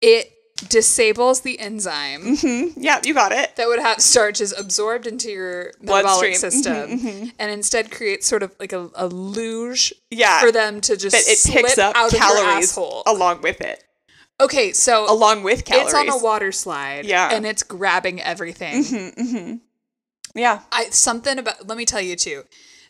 S1: it disables the enzyme
S2: Mm-hmm. Yeah, you got it.
S1: that would have starches absorbed into your
S2: Bloodstream. Mm-hmm,
S1: metabolic system, and instead creates sort of like a, a luge
S2: Yeah.
S1: for them to just
S2: That it
S1: slip
S2: picks up
S1: out of your
S2: calories
S1: asshole.
S2: along with it.
S1: Okay, so
S2: Along with calories.
S1: it's on a water slide.
S2: Yeah. Mm-hmm.
S1: And it's grabbing everything.
S2: yeah.
S1: I something about let me tell you too.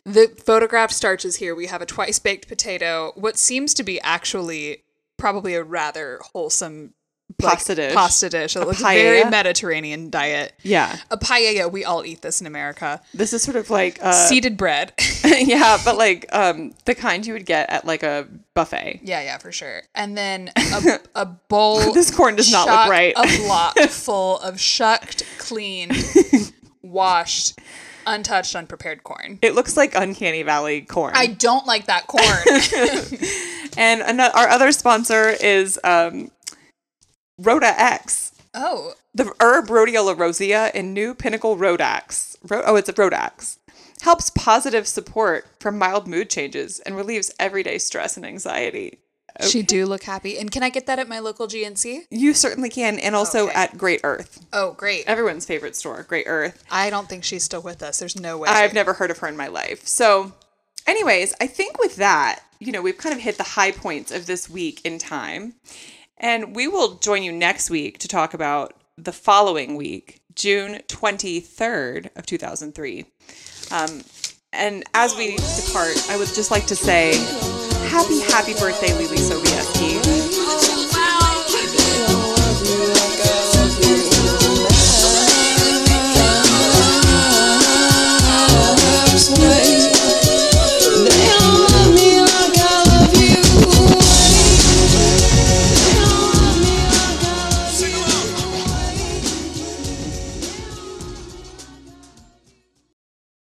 S1: The photograph starches here. We have a twice baked potato, what seems to be actually probably a rather wholesome like,
S2: Pasta dish.
S1: Pasta dish. It looks very
S2: paella.
S1: Mediterranean diet.
S2: Yeah.
S1: A paella. We all eat this in America.
S2: This is sort of like uh,
S1: Seeded bread.
S2: yeah, but like um the kind you would get at like a buffet.
S1: yeah, yeah, for sure. And then a, a bowl.
S2: This corn does not
S1: shock-
S2: look right.
S1: A block full of shucked, cleaned, washed, untouched, unprepared corn.
S2: It looks like Uncanny Valley corn.
S1: I don't like that corn.
S2: and ano- our other sponsor is um, Rhoda X,
S1: oh,
S2: the herb Rhodiola rosea and new Pinnacle Rhodax. Ro- oh, it's a Rhodax. Helps positive support from mild mood changes and relieves everyday stress and anxiety.
S1: she do look happy. And can I get that at my local GNC?
S2: You certainly can, and also at Great Earth,
S1: Oh, great.
S2: everyone's favorite store, Great Earth.
S1: I don't think she's still with us. There's no way.
S2: I've never heard of her in my life. So, anyways, I think with that, you know, we've kind of hit the high points of this week in time. And we will join you next week to talk about the following week, June 23rd of 2003. Um, and as we depart, I would just like to say happy, happy birthday, Lily Sobieski.